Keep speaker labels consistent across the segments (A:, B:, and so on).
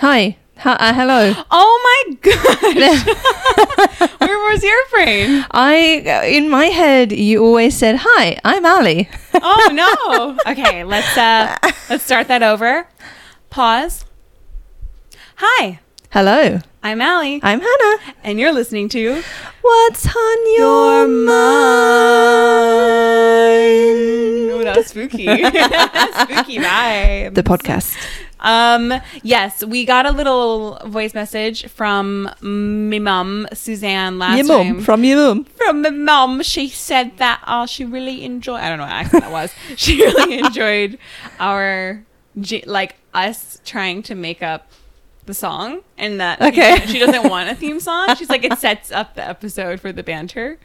A: Hi. Hi uh, hello.
B: Oh my gosh. Where was your brain?
A: I in my head you always said, "Hi, I'm Ali."
B: Oh no. Okay, let's uh let's start that over. Pause. Hi,
A: Hello.
B: I'm Allie,
A: I'm Hannah.
B: and you're listening to
A: What's on your mind?
B: Oh, that was spooky. spooky vibe.
A: The podcast.
B: Um, yes, we got a little voice message from my mum, Suzanne, last
A: Your
B: time.
A: mum from your mum.
B: from my mum. She said that uh, she really enjoyed. I don't know what accent that was. She really enjoyed our j- like us trying to make up the song, and that
A: Okay.
B: she doesn't want a theme song. She's like it sets up the episode for the banter.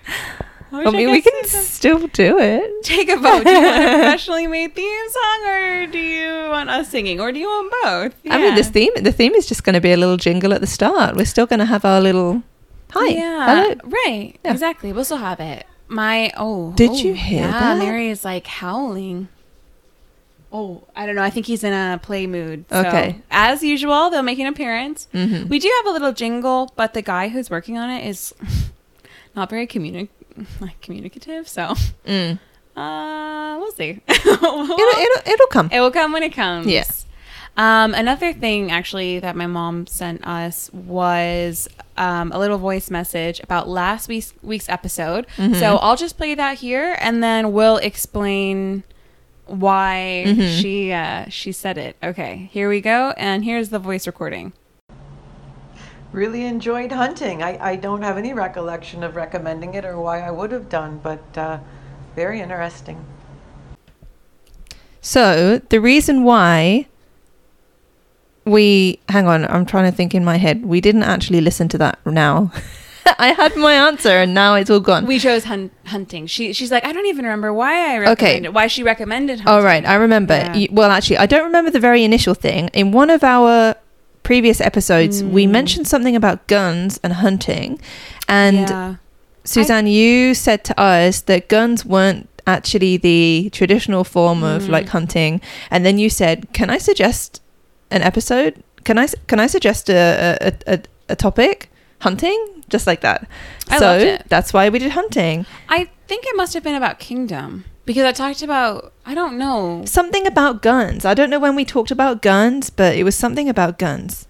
A: I mean, we can still do it.
B: take a vote. Do you want a professionally made theme song, or do you want us singing, or do you want both?
A: I mean, this
B: Yeah.
A: theme the theme is just going to be a little jingle at the start. We're still going to have our little hi.
B: Yeah.
A: Hello.
B: Right.
A: Yeah.
B: Exactly. We'll still have it. My oh.
A: Did
B: oh,
A: you hear
B: yeah,
A: that?
B: Mary is like howling. Oh, I don't know. I think he's in a play mood. So,
A: Okay.
B: As usual, they'll make an appearance.
A: Mhm.
B: We do have a little jingle, but the guy who's working on it is not very communi- like communicative. So,
A: Mm.
B: uh, we'll see.
A: It'll, it'll it'll come.
B: It will come when it comes.
A: Yeah.
B: Um, another thing, actually, that my mom sent us was um, a little voice message about last week's, week's episode.
A: Mm-hmm.
B: So I'll just play that here, and then we'll explain why
A: Mhm.
B: she uh, she said it. Okay, here we go, and here's the voice recording.
C: really enjoyed hunting. I, I don't have any recollection of recommending it or why I would have done, but uh, very interesting.
A: So the reason why we hang on, I'm trying to think in my head. We didn't actually listen to that now. I had my answer and now it's all gone.
B: We chose hun- hunting. She she's like, I don't even remember why I recommended why she recommended hunting.
A: All right, I remember.
B: Yeah.
A: You- well, actually, I don't remember the very initial thing. In one of our previous episodes,
B: Mm.
A: we mentioned something about guns and hunting, and
B: Yeah.
A: Suzanne, you said to us that guns weren't actually the traditional form
B: Mm.
A: of like hunting, and then you said, "Can I suggest an episode? Can I s- can I suggest a a, a, a topic? Hunting, just like that."
B: I
A: so
B: loved it.
A: that's why we did hunting.
B: I think it must have been about Kingdom because I talked about I don't know.
A: Something about guns. I don't know when we talked about guns, but it was something about guns.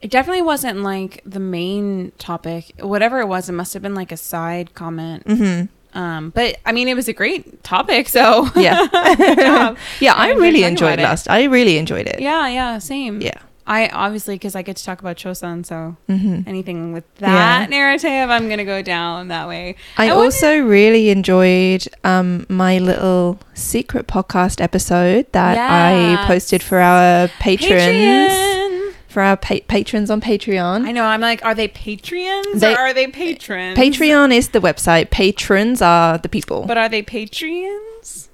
B: It definitely wasn't like the main topic. Whatever it was, it must have been like a side comment.
A: hmm
B: Um, but I mean, it was a great topic. So
A: Yeah,
B: Good job.
A: yeah. I
B: And we
A: really
B: talked
A: enjoyed
B: about it.
A: last. I really enjoyed it.
B: Yeah, yeah, same.
A: Yeah.
B: I obviously because I get to talk about Chosun, so
A: hmm
B: anything with
A: Yeah.
B: that narrative, I'm gonna go down that way.
A: I,
B: I wonder-
A: also really enjoyed um, my little secret podcast episode that I
B: Yes.
A: posted for our patrons,
B: Patreon.
A: for our pa- patrons on Patreon.
B: I know. I'm like, are they patrons
A: They-
B: or are they patrons?
A: Patreon is the website. Patrons are the people.
B: But are they patrons?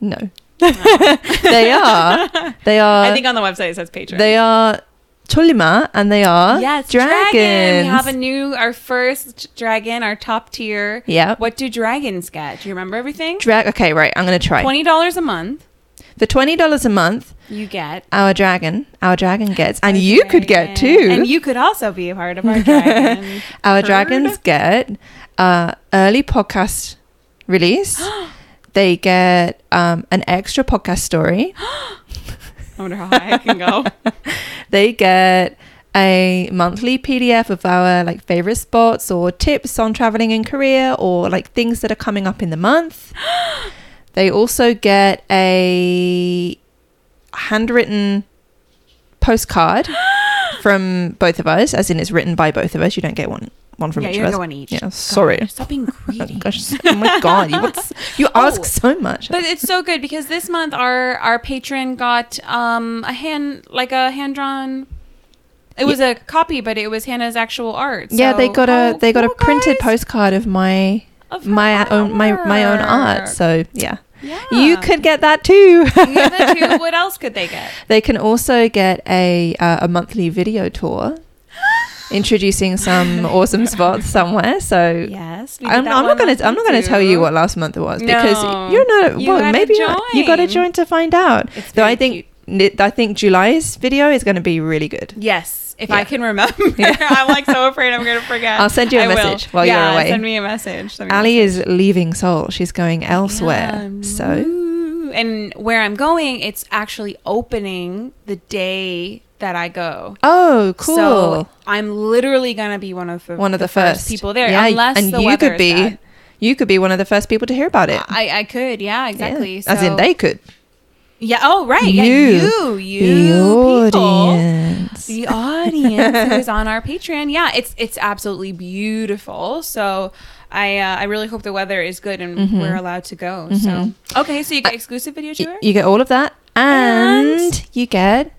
A: no, they are. They are.
B: I think on the website it says patrons.
A: Uh, they are Cholima and they are
B: Yes,
A: dragons.
B: dragon. We have a new, our first dragon, our top tier.
A: Yep.
B: What do dragons get? Do you remember everything?
A: Drag. Okay, right. I'm gonna try.
B: Twenty dollars a month.
A: For twenty dollars a month,
B: You get,
A: our dragon, our dragon gets, and you could get too.
B: Dragon. and you could also be a part of our dragon.
A: Our
B: Heard?
A: dragons get uh, early podcast release. they get um, an extra podcast story.
B: I wonder how high I can go.
A: They get a monthly PDF of our like favorite spots or tips on traveling in Korea or like things that are coming up in the month. they also get a handwritten postcard from both of us, as in it's written by both of us. You don't get one one from
B: yeah,
A: each
B: you
A: of us.
B: go on each.
A: Yeah,
B: God,
A: sorry.
B: Stop being greedy.
A: Gosh, oh my god, you, what's, you ask
B: Oh.
A: so much.
B: But it's so good because this month our our patron got um a hand like a hand drawn. It was a copy, but it was Hannah's actual art.
A: yeah, they
B: So-
A: got a
B: Oh,
A: they got a
B: cool,
A: printed
B: guys.
A: postcard of my
B: Of
A: my
B: her
A: own my my own art.
B: work.
A: So yeah,
B: yeah.
A: you could get that too.
B: The other two, what else could they get?
A: they can also get a uh, a monthly video tour introducing some awesome spots somewhere. So.
B: Yes,
A: I'm, I'm not gonna. I'm not gonna tell you what last month it was because
B: No.
A: you're not.
B: You
A: well,
B: gotta
A: maybe not. you got to
B: join.
A: join to find out.
B: It's
A: Though
B: very
A: I think
B: cute.
A: n- I think July's video is going to be really good.
B: Yes, if
A: Yeah.
B: I can remember. I'm like so afraid I'm going to forget.
A: I'll send you a
B: I will.
A: message while you're
B: yeah,
A: away.
B: Send me a message. Send me a
A: Ali
B: message.
A: is leaving Seoul. She's going elsewhere.
B: Yeah.
A: So
B: Ooh. and where I'm going, it's actually opening the day that I go.
A: Oh, cool.
B: So I'm literally gonna be one of the
A: one of the,
B: first,
A: first
B: people there,
A: Yeah,
B: unless
A: and
B: the
A: you
B: weather
A: could
B: is
A: be
B: bad. Uh,
A: you could be one of the first people to hear about it.
B: I, I could, yeah,
A: Yeah.
B: exactly.
A: As in
B: So-
A: they could.
B: yeah. Oh, right, yeah, you, you,
A: the
B: people,
A: audience.
B: the audience who is on our Patreon. Yeah, it's it's absolutely beautiful. So I uh, I really hope the weather is good and we're allowed to go. So okay, so you get exclusive video
A: Mm-hmm. Y-
B: tour.
A: You get all of that, and,
B: And-
A: you get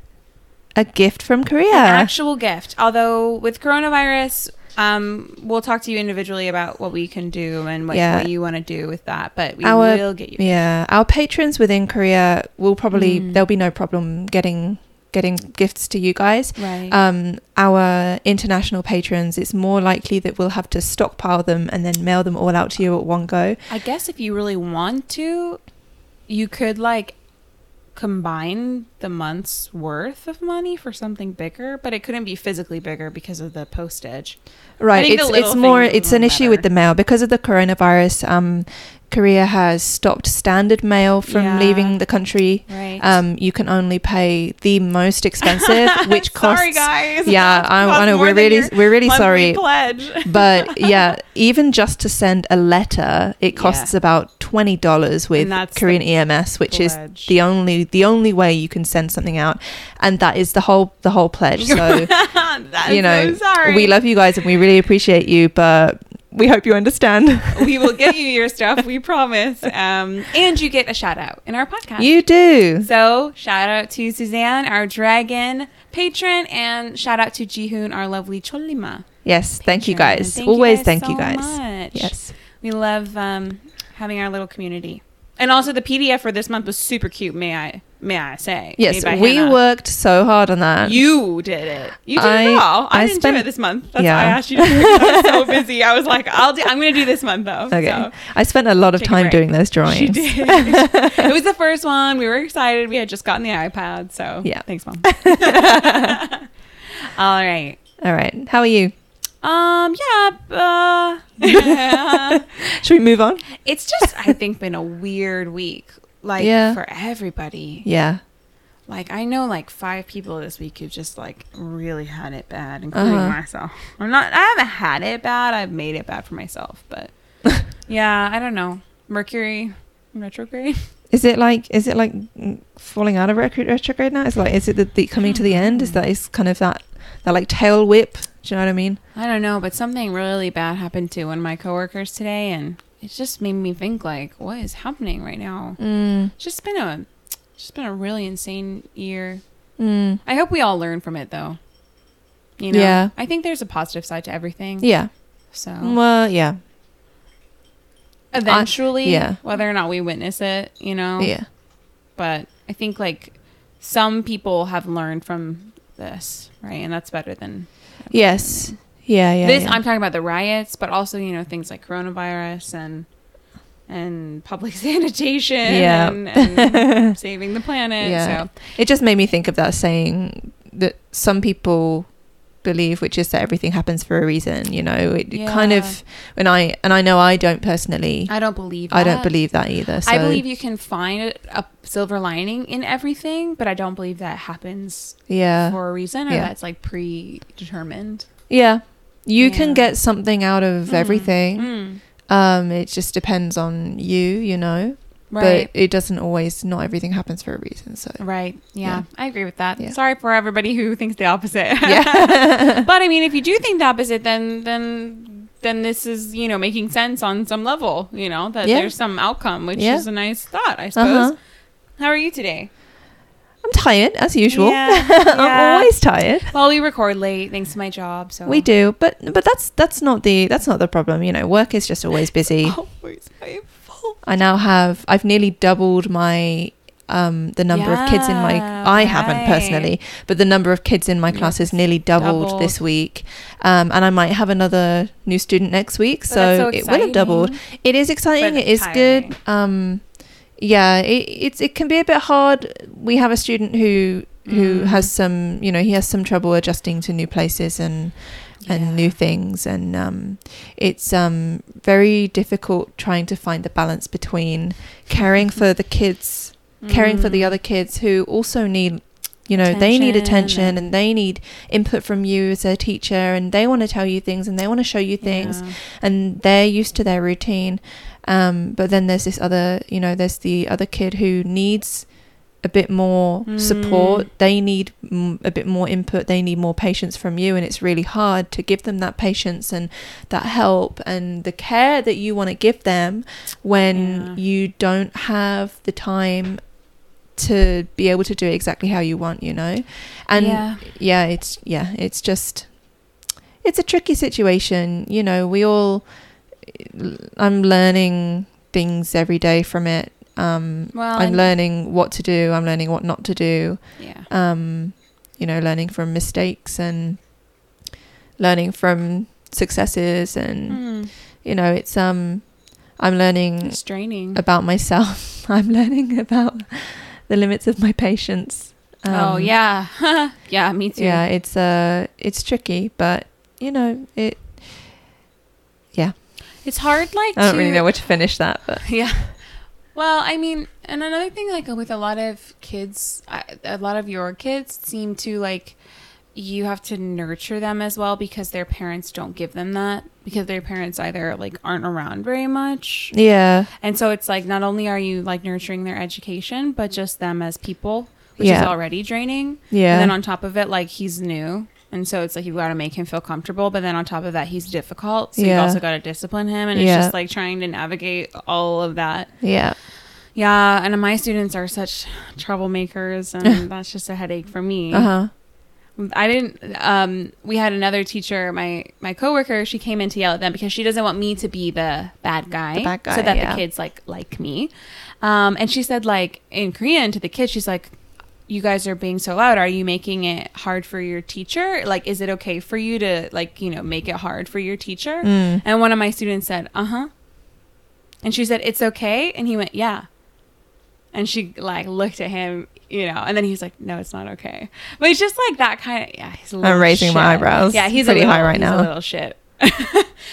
A: a gift from Korea.
B: an actual gift. Although with coronavirus, um, we'll talk to you individually about what we can do and what,
A: Yeah.
B: what you want to do with that. But we
A: Our-
B: will get you.
A: yeah, our patrons within Korea will probably
B: Hmm.
A: there'll be no problem getting getting gifts to you guys.
B: Right.
A: Um, our international patrons, it's more likely that we'll have to stockpile them and then mail them all out to you at one go.
B: I guess if you really want to, you could like combine the month's worth of money for something bigger, but it couldn't be physically bigger because of the postage.
A: Right.
B: think the
A: It's
B: little
A: it's more
B: things
A: it's an
B: are
A: issue with
B: better.
A: the mail because of the coronavirus. Um, Korea has stopped standard mail from
B: Yeah.
A: leaving the country.
B: Right.
A: Um, you can only pay the most expensive, which costs.
B: sorry, guys.
A: Yeah,
B: That
A: I, I
B: costs
A: know.
B: more
A: We're
B: than
A: really
B: your
A: we're really
B: monthly
A: sorry,
B: Pledge.
A: but yeah, even just to send a letter, it
B: Yeah.
A: costs about twenty dollars with
B: And that's the
A: Korean EMS, which
B: pledge.
A: is the only the only way you can send something out, and that is the whole the whole pledge. So
B: That's
A: you know,
B: so sorry.
A: we love you guys and we really appreciate you, but we hope you understand.
B: we will get you your stuff. We promise. Um, and you get a shout out in our podcast.
A: you do.
B: so shout out to Suzanne, our dragon patron, and shout out to Jihoon, our lovely Cholima.
A: Yes, thank you
B: patron.
A: guys.
B: Thank you
A: Always
B: guys
A: thank you
B: so
A: guys.
B: much.
A: Yes.
B: We love um, having our little community. And also the PDF for this month was super cute. May I may I say? Made
A: Yes,
B: by
A: we
B: Hannah.
A: worked so hard on that.
B: You did it. You did
A: I-
B: it all. I,
A: I
B: didn't
A: spent-
B: do it this month. That's
A: Yeah.
B: why I asked you. To do it. I was so busy. I was like, I'll do. I'm going to do this month though.
A: okay.
B: So.
A: I spent a lot of
B: Take a
A: time
B: break.
A: doing those
B: She
A: drawings.
B: did. it was the first one. We were excited. We had just gotten the iPad. So
A: Yeah.
B: Thanks, mom. All right.
A: All right. How are you?
B: Um. Yeah. Uh,
A: Should we move on?
B: it's just I think been a weird week. Like
A: Yeah.
B: for everybody.
A: Yeah.
B: Like I know like five people this week who've just like really had it bad, including
A: Uh-huh.
B: myself. I'm not. I haven't had it bad. I've made it bad for myself. But yeah, I don't know. Mercury retrograde.
A: Is it like is it like mm, falling out of rec- retrograde now? Is like is it the, the coming to the end? Is that is kind of that that like tail whip? Do you know what I mean?
B: I don't know, but something really bad happened to one of my coworkers today, and it just made me think like, what is happening right now?
A: Mm.
B: It's just been a, it's just been a really insane year.
A: Mm.
B: I hope we all learn from it, though. You know,
A: Yeah.
B: I think there's a positive side to everything.
A: Yeah.
B: So
A: Well, yeah.
B: eventually,
A: yeah.
B: whether or not we witness it, you know,
A: Yeah.
B: but I think like some people have learned from this, right? And that's better than
A: Yes. Yeah, yeah.
B: this
A: yeah.
B: i'm talking about the riots but also you know things like coronavirus and and public sanitation
A: Yeah.
B: and, and saving the planet
A: Yeah.
B: so
A: it just made me think of that saying that some people believe, which is that everything happens for a reason. You know, it it kind
B: Yeah.
A: of when I and I know I don't personally.
B: i don't believe
A: I don't
B: that.
A: believe that either. So
B: i believe you can find a silver lining in everything but i don't believe that happens
A: Yeah.
B: for a reason or
A: Uh, yeah.
B: that's like predetermined
A: yeah. You
B: Yeah.
A: can get something out of
B: Mm.
A: everything.
B: Mm.
A: Um, it just depends on you, you know.
B: right
A: But it doesn't always. Not everything happens for a reason. So
B: Right. Yeah,
A: Yeah.
B: I agree with that.
A: Yeah.
B: Sorry for everybody who thinks the opposite. but I mean, if you do think the opposite, then then then this is you know making sense on some level. You know that
A: Yeah.
B: there's some outcome, which
A: Yeah.
B: is a nice thought, I suppose.
A: Uh-huh.
B: How are you today?
A: I'm tired as usual.
B: Yeah, yeah.
A: I'm always tired.
B: Well, we record late thanks to my job, so
A: We do, but but that's that's not the that's not the problem. You know, work is just always busy.
B: Oh. Always painful.
A: I now have I've nearly doubled my um the number of kids in my
B: Yeah,
A: I haven't
B: right.
A: personally, but the number of kids in my
B: Yes,
A: class is nearly doubled,
B: doubled.
A: this week. Um and I might have another new student next week,
B: Oh, that's
A: so,
B: so
A: it will have doubled. It is exciting,
B: But
A: it is
B: tiring.
A: good. Um yeah, it, it's it can be a bit hard. We have a student who who
B: Mm.
A: has some, you know, he has some trouble adjusting to new places and
B: Yeah.
A: and new things, and um, it's um very difficult trying to find the balance between caring for the kids, caring for the
B: Mm.
A: other kids who also need. You know, they need
B: Attention
A: attention
B: and-
A: and they need input from you as a teacher, and they want to tell you things and they want to show you things and they're used to their routine. Um, but then there's this other, you know, there's the other kid who needs a bit more support.
B: Mm.
A: They need mm, a bit more input. They need more patience from you, and it's really hard to give them that patience and that help and the care that you want to give them when
B: Yeah.
A: you don't have the time to be able to do exactly how you want, you know. And
B: Yeah.
A: yeah, it's yeah, it's just it's a tricky situation. You know, we all I'm learning things every day from it. Um,
B: Well,
A: I'm
B: and-
A: learning what to do. I'm learning what not to do.
B: Yeah.
A: Um, you know, learning from mistakes and learning from successes, and
B: Mm.
A: you know, it's um, I'm learning
B: It's draining.
A: about myself. I'm learning about the limits of my patience.
B: oh
A: Um,
B: yeah, yeah. Me too.
A: yeah it's uh it's tricky but you know it yeah
B: It's hard. Like
A: i don't
B: to,
A: really know where to finish that but
B: yeah. Well, I mean, and another thing, like with a lot of kids, I- a lot of your kids seem to like you have to nurture them as well because their parents don't give them that because their parents either like aren't around very much.
A: yeah
B: And so it's like not only are you like nurturing their education, but just them as people, which is
A: Yeah.
B: already draining.
A: Yeah.
B: And then on top of it, like he's new. And so it's like you got to make him feel comfortable. But then on top of that, he's difficult. So
A: Yeah.
B: you've also got to discipline him. And
A: Yeah.
B: it's just like trying to navigate all of that.
A: yeah
B: Yeah. And my students are such troublemakers. And that's just a headache for me.
A: uh-huh
B: I didn't. Um, we had another teacher, my my coworker. She came in to yell at them because she doesn't want me to be the bad guy,
A: The bad guy,
B: so that
A: yeah.
B: the kids like like me. Um, and she said, like in Korean to the kids, she's like, "You guys are being so loud. Are you making it hard for your teacher? Like, is it okay for you to like you know make it hard for your teacher?"
A: Mm.
B: And one of my students said, "Uh huh," and she said, "It's okay," and he went, "Yeah." And she like looked at him, you know, and then he's like, "No, it's not okay." But he's just like that kind of yeah. He's a little
A: raising my
B: shit.
A: eyebrows
B: Yeah, he's a
A: pretty
B: little,
A: high right
B: he's A
A: now.
B: little shit.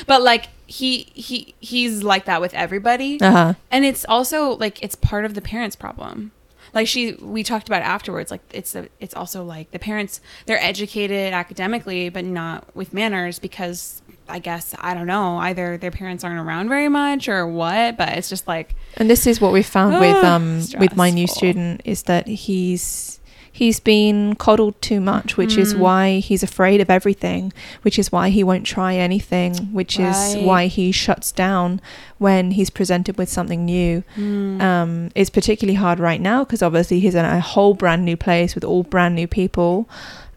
B: but like he he he's like that with everybody,
A: uh-huh
B: and it's also like it's part of the parents' problem. Like she, we talked about it afterwards. Like it's a, it's also like the parents they're educated academically, but not with manners because I guess I don't know either their parents aren't around very much or what. But it's just like
A: and this is what we found with
B: Ah,
A: um with my new
B: stressful.
A: student is that he's he's been coddled too much which is why he's afraid of everything which is why he won't try anything which is
B: Right.
A: why he shuts down when he's presented with something new
B: hmm, Mm.
A: um, it's particularly hard right now because obviously he's in a whole brand new place with all brand new people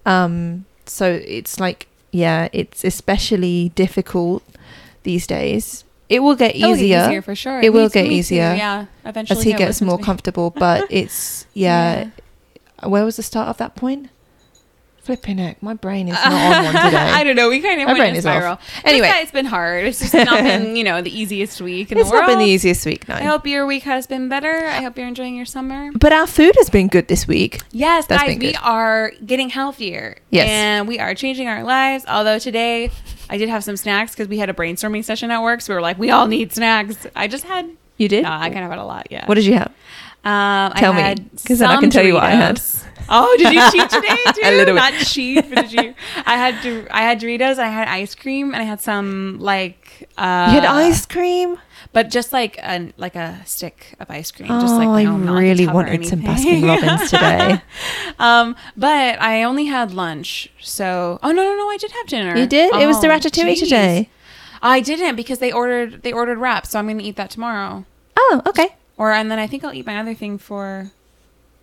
A: um, so it's like yeah it's especially difficult these days it will get
B: It'll get
A: easier
B: easier for sure.
A: It will
B: Me too,
A: get
B: me too.
A: easier
B: Yeah, eventually
A: as he
B: he'll
A: gets
B: listen to
A: more
B: me.
A: comfortable. But it's yeah, Where was the start of that point? Flipping heck, my brain is not on one today.
B: I don't know. We kind of
A: My
B: went
A: brain
B: in a
A: is off.
B: spiral.
A: Anyway.
B: it's been hard. It's just not been you know the easiest week in
A: it's
B: the world.
A: not been the easiest week, no.
B: I hope your week has been better. I hope you're enjoying your summer.
A: but our food has been good this week.
B: Yes,
A: That's
B: guys,
A: been
B: we
A: good.
B: are getting healthier.
A: Yes.
B: And we are changing our lives. Although today I did have some snacks because we had a brainstorming session at work. So we were like, we all need snacks. I just had.
A: You did?
B: No, I kind of had a lot. Yeah.
A: What did you have?
B: Um,
A: Tell me, 'cause then I can tell you what I had.
B: Oh, did you cheat today?
A: A
B: Too?
A: little bit.
B: Not cheat, but did you? I had Dor- I had Doritos. I had ice cream, and I had some like uh,
A: You had ice cream.
B: but just like an like a stick of ice cream. just
A: Oh,
B: like
A: I
B: no, not the
A: really
B: tub or
A: wanted some
B: anything.
A: Baskin Robbins today.
B: um, but I only had lunch, so oh no no no, I did have dinner.
A: You did? It was the
B: Oh,
A: ratatouille
B: jeez.
A: today.
B: I didn't because they ordered they ordered wraps, so I'm gonna eat that tomorrow.
A: Oh, okay.
B: Or and then I think I'll eat my other thing for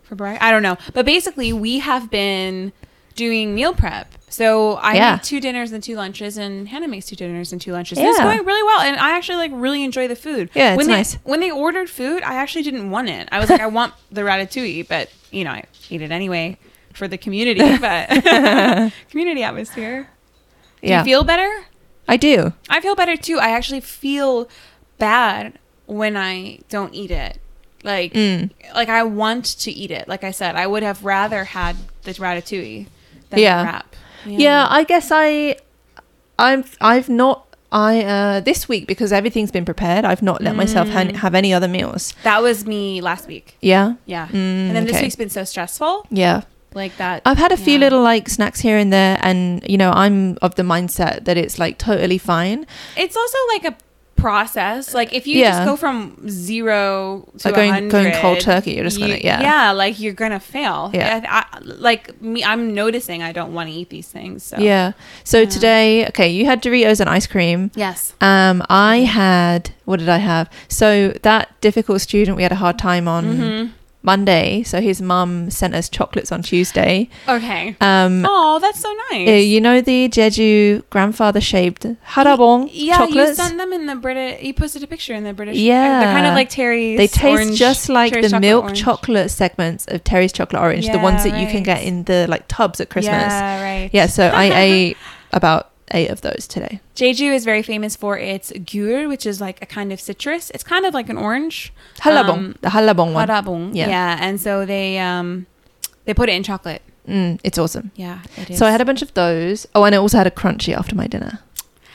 B: for breakfast. I don't know, but basically we have been doing meal prep. So I
A: Yeah.
B: make two dinners and two lunches, and Hannah makes two dinners and two lunches. And It's
A: Yeah.
B: going really well, and I actually like really enjoy the food.
A: Yeah, it's
B: when they,
A: nice.
B: When they ordered food, I actually didn't want it. I was like, I want the ratatouille, but you know, I ate it anyway for the community, but community atmosphere. Do
A: yeah,
B: you feel better?
A: I do.
B: I feel better too. I actually feel bad when I don't eat it. Like, like I want to eat it. Like I said, I would have rather had the ratatouille than
A: Yeah.
B: the wrap.
A: Yeah. I guess I, I'm I've not I uh this week because everything's been prepared. I've not let myself
B: Mm.
A: han- have any other meals.
B: that was me last week.
A: Yeah,
B: Yeah,
A: Mm,
B: and then this
A: okay. Uh,
B: week's been so stressful.
A: yeah.
B: Like that.
A: I've had a few
B: yeah.
A: little like snacks here and there, and you know I'm of the mindset that it's like totally fine.
B: It's also like a process. Like if you
A: Yeah.
B: just go from zero to
A: Like going-
B: 100,
A: going cold turkey, you're just gonna- yeah.
B: yeah, like you're gonna fail.
A: Yeah.
B: Yeah, I, like me, I'm noticing I don't want to eat these things. So.
A: Yeah. So
B: Yeah.
A: today, okay, you had Doritos and ice cream.
B: Yes.
A: Um, I
B: Mm.
A: had what did I have? So that difficult student we had a hard time on
B: Mm-hmm.
A: Monday. So his mum sent us chocolates on Tuesday.
B: Okay.
A: Um,
B: oh, that's so nice.
A: uh, you know the Jeju grandfather shaped harabong
B: yeah, you
A: chocolates.
B: sent them in the British. You posted a picture in the British. uh,
A: Yeah.
B: they're kind of like Terry's.
A: they taste
B: orange-
A: just like
B: Terry's
A: the
B: chocolate
A: milk
B: orange.
A: chocolate segments of Terry's chocolate orange, the
B: Yeah,
A: ones that you can
B: right.
A: get in the like tubs at Christmas. Yeah,
B: Yeah, right.
A: so I ate about eight of those today.
B: Jeju is very famous for its gur, which is like a kind of citrus. It's kind of like an orange.
A: Halabong,
B: Um,
A: the halabong one.
B: Harabong.
A: Yeah.
B: Yeah. And so they um they put it in chocolate.
A: Mm, it's awesome.
B: Yeah. It is.
A: So I had a bunch of those. Oh, and I also had a crunchy after my dinner.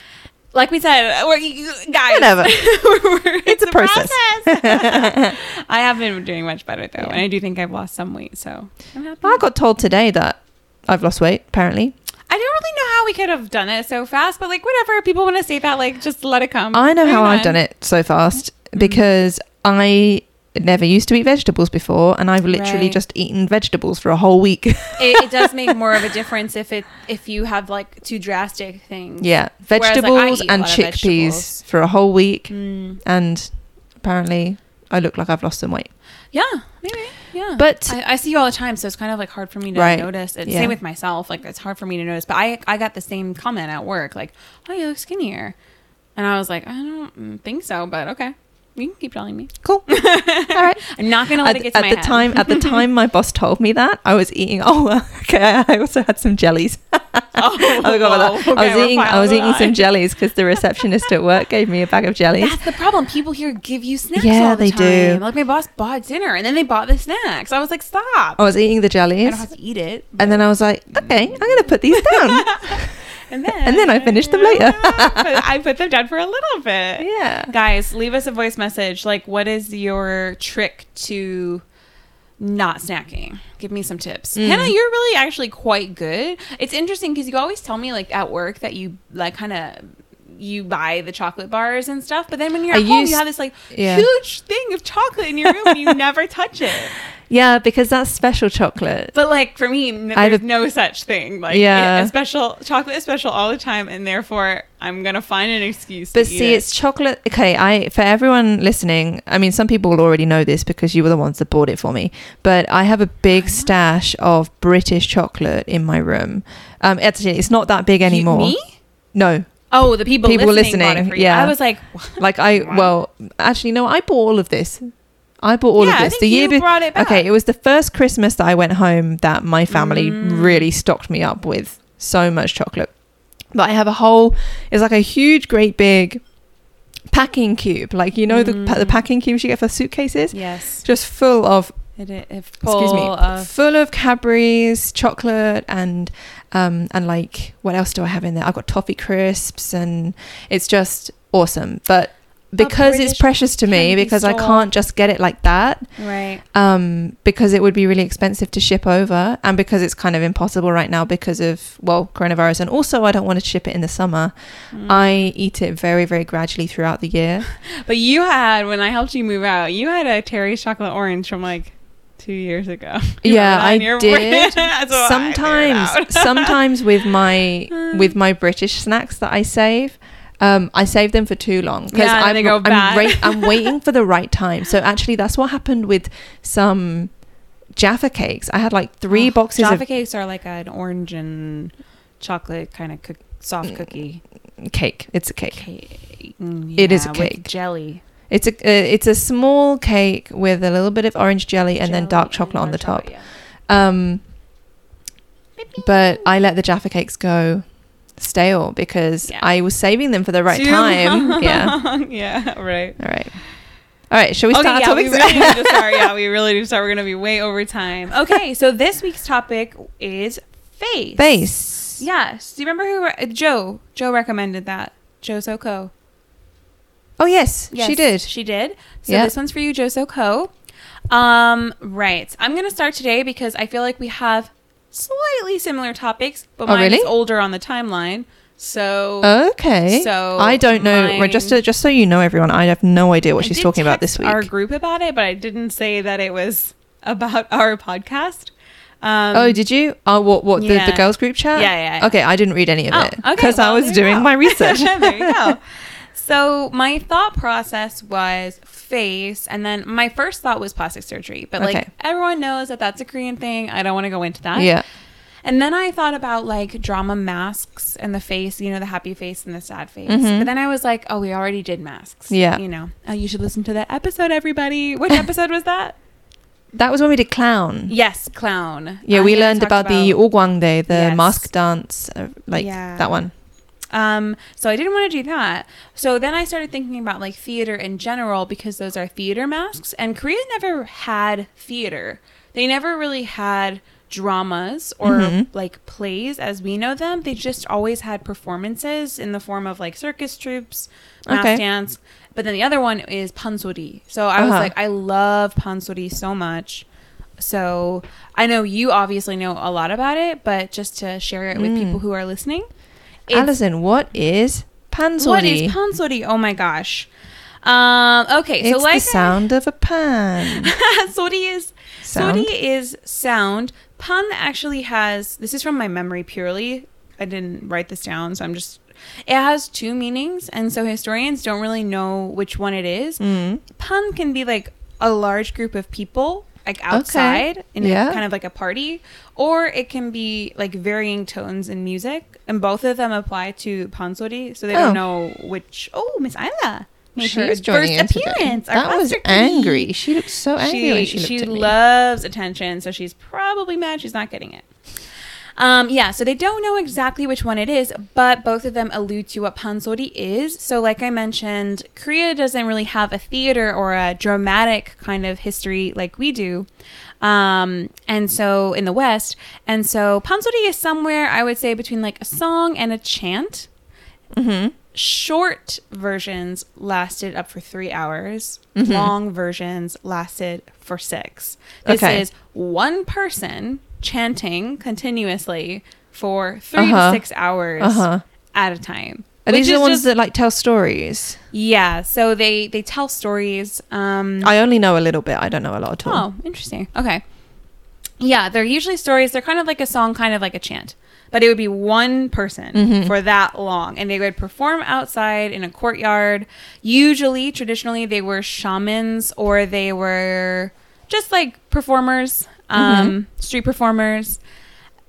B: like we said, we're you- guys.
A: Whatever.
B: it's,
A: It's a process.
B: process. I have been doing much better though,
A: Yeah.
B: and I do think I've lost some weight. So I'm happy.
A: I got told today that I've lost weight. Apparently,
B: I don't really know how we could have done it so fast, but like whatever. People want to say that, like just let it come.
A: I know
B: Move
A: how I've
B: Um, on. Mm-hmm.
A: done it so fast because I never used to eat vegetables before, and I've literally
B: Right.
A: just eaten vegetables for a whole week.
B: it. It does make more of a difference if it if you have like two drastic things.
A: yeah,
B: Whereas, like, I
A: vegetables
B: eat a
A: and
B: lot of
A: chickpeas
B: vegetables.
A: for a whole week,
B: Mm.
A: and apparently. I look like I've lost some weight.
B: Yeah. Maybe. Yeah.
A: But-
B: I, I see you all the time, so it's kind of like hard for me to
A: Right.
B: notice. It's
A: Yeah.
B: Same with myself. Like it's hard for me to notice. But I I got the same comment at work. Like, oh, you look skinnier, and I was like, I don't mm, think so, but okay. You can keep telling me.
A: Cool. All right.
B: I'm not gonna let
A: At,
B: it get to
A: at
B: my
A: the
B: head.
A: time, at the time, my boss told me that I was eating. Oh, okay. I also had some jellies.
B: oh,
A: I forgot about that.
B: whoa, okay,
A: I was
B: we're
A: eating. I was
B: piling
A: eating
B: on.
A: some jellies because the receptionist at work gave me a bag of jellies.
B: That's the problem. People here give you snacks.
A: Yeah,
B: all the
A: they do.
B: time. Like my boss bought dinner, and then they bought the snacks. I was like, stop.
A: I was eating the
B: I
A: jellies,
B: don't have to eat it.
A: and then I was like, "Okay, I'm gonna put these down."
B: And then
A: And then I finished them later.
B: I put them down for a little bit.
A: yeah.
B: Guys, leave us a voice message. Like, what is your trick to not snacking? Give me some tips.
A: Mm.
B: Hannah, you're really actually quite good. It's interesting because you always tell me, like, at work that you, like, kind of. You buy the chocolate bars and stuff, but then when you're
A: I
B: at home,
A: used-
B: you have this like
A: yeah.
B: huge thing of chocolate in your room and you never touch it.
A: Yeah, because that's special chocolate.
B: But like for me, n-
A: I had
B: there's
A: a-
B: no such thing. Like
A: Yeah.
B: yeah, a special chocolate is special all the time, and therefore I'm gonna find an excuse.
A: But
B: to
A: see,
B: eat
A: it's chocolate. Okay, I for everyone listening, I mean, some people will already know this because you were the ones that bought it for me. But I have a big stash of British chocolate in my room. Um, actually, it's not that big
B: it. You-
A: anymore.
B: me?
A: No,
B: Oh, the people
A: People
B: listening. bought it
A: listening,
B: for you.
A: yeah.
B: I was like, what?
A: like I
B: Wow.
A: well, actually, no, I bought all of this. I bought all
B: yeah,
A: of
B: I
A: this
B: think
A: the year
B: you
A: before.
B: brought it back.
A: Okay, it was the first Christmas that I went home that my family
B: Mm.
A: really stocked me up with so much chocolate. But I have a whole, it's like a huge, great big packing cube. Like, you know, the,
B: Mm.
A: pa- the packing cubes you get for suitcases?
B: yes,
A: Just full of,
B: it, it, it
A: excuse me,
B: full of-
A: full of Cadbury's chocolate and, um, and like, what else do I have in there? I've got toffee crisps and it's just awesome. But because it's
B: British
A: precious to me,
B: candy
A: because I
B: store.
A: can't just get it like that,
B: right.
A: um, because it would be really expensive to ship over and because it's kind of impossible right now because of, well, coronavirus. And also, I don't want to ship it in the summer.
B: Mm.
A: I eat it very, very gradually throughout the year.
B: But you had when I helped you move out, you had a Terry's chocolate orange from like two years ago. You
A: Yeah,
B: remember that
A: I
B: in your-
A: did.
B: That's what I figured out. Mm.
A: sometimes, sometimes with my with my British snacks that I save, um, I save them for too long because
B: Yeah, and
A: I'm
B: they go
A: I'm,
B: bad.
A: ra- I'm waiting for the right time. So actually, that's what happened with some Jaffa cakes. I had like three
B: Oh,
A: boxes
B: Jaffa
A: of
B: cakes are like an orange and chocolate kind of cook, soft
A: Mm.
B: cookie.
A: cake. It's a cake.
B: Cake. Mm,
A: It is a
B: with
A: cake.
B: jelly.
A: It's a uh, it's a small cake with a little bit of orange jelly and then
B: Jelly
A: dark chocolate on the
B: dark
A: top.
B: chocolate,
A: Um, but I let the Jaffa cakes go stale because
B: Yeah.
A: I was saving them for the right
B: Too
A: time.
B: long.
A: Yeah.
B: yeah, right.
A: All right. All right, shall we start
B: okay,
A: our
B: yeah, we
A: topics?
B: really need to start. Yeah, we really need to start. We're gonna be way over time. Okay, so this week's topic is face.
A: Face.
B: Yes. Do you remember who re- Joe? Joe recommended that. Joe Soko.
A: Oh yes,
B: Yes,
A: she did.
B: She did. So
A: Yeah.
B: this one's for you, Joe Soko. Um, right. I'm gonna start today because I feel like we have slightly similar topics, but
A: Oh,
B: mine is
A: really? Oh,
B: older on the timeline. So
A: Okay.
B: So
A: I don't know.
B: mine-
A: Just just so you know, everyone, I have no idea what
B: I
A: she's
B: did
A: talking about this
B: text
A: week.
B: Our group about it, but I didn't say that it was about our podcast. Um,
A: oh, did you? Oh, what? What the,
B: yeah.
A: the girls group chat?
B: Yeah, yeah, yeah.
A: Okay, I didn't read any of
B: Oh,
A: it
B: okay,
A: because
B: well,
A: I
B: there
A: was
B: you
A: doing
B: go.
A: my research.
B: there you go. So my thought process was face, and then my first thought was plastic surgery. But like
A: Okay.
B: everyone knows that that's a Korean thing. I don't want to go into that.
A: yeah.
B: And then I thought about like drama masks and the face, you know, the happy face and the sad face. But then I was like, oh, we already did masks.
A: Mm-hmm. Yeah.
B: You know, oh, you should listen to that episode, everybody. Which episode was that?
A: That was when we did clown.
B: Yes, clown.
A: Yeah,
B: I
A: we
B: had
A: learned
B: talked
A: about, the Ogwangdae, the
B: Yes.
A: mask dance, uh, like
B: Yeah.
A: that one.
B: Um, so I didn't want to do that. So then I started thinking about like theater in general because those are theater masks, and Korea never had theater. They never really had dramas or
A: Mm-hmm.
B: like plays as we know them. They just always had performances in the form of like circus troops, mask
A: Okay.
B: dance. But then the other one is pansori. So I was
A: Uh-huh.
B: like, I love pansori so much. So I know you obviously know a lot about it, but just to share it with
A: Mm.
B: people who are listening. it's-
A: Alison, what is pansori?
B: what is pansori? Oh my gosh. Um, okay,
A: It's
B: so like
A: the sound of a pan.
B: sori is
A: Sound?
B: sori is sound. Pan actually has this is from my memory purely. I didn't write this down, so I'm just it has two meanings, and so historians don't really know which one it is.
A: Mm.
B: Pan can be like a large group of people, like outside in a-
A: Yeah.
B: kind of like a party, or it can be like varying tones in music, and both of them apply to pansori, so they
A: Oh.
B: don't know which. Oh, Miss Ayla. made her
A: She's joining in
B: first
A: today.
B: appearance. our
A: That was
B: concert queen.
A: angry. She looked so angry when
B: She,
A: she looked
B: she
A: at me.
B: loves attention, so she's probably mad she's not getting it. Um, yeah, so they don't know exactly which one it is, but both of them allude to what pansori is. So, like I mentioned, Korea doesn't really have a theater or a dramatic kind of history like we do. Um, and so in the West, and so pansori is somewhere I would say between like a song and a chant. Short versions lasted up for three hours.
A: Mm-hmm.
B: Long versions lasted for six. This
A: Okay.
B: is one person chanting continuously for 3
A: Uh-huh.
B: to six hours
A: Uh-huh.
B: at a time.
A: Are
B: Which
A: these the
B: is
A: ones
B: just-
A: that like tell stories?
B: yeah. So they they tell stories. Um,
A: I only know a little bit. I don't know a lot at all.
B: Oh, interesting. Okay. Yeah, they're usually stories. They're kind of like a song, kind of like a chant. But it would be one person for that long. And they would perform outside in a courtyard. Usually, traditionally, they were shamans or they were just like performers, um, street performers.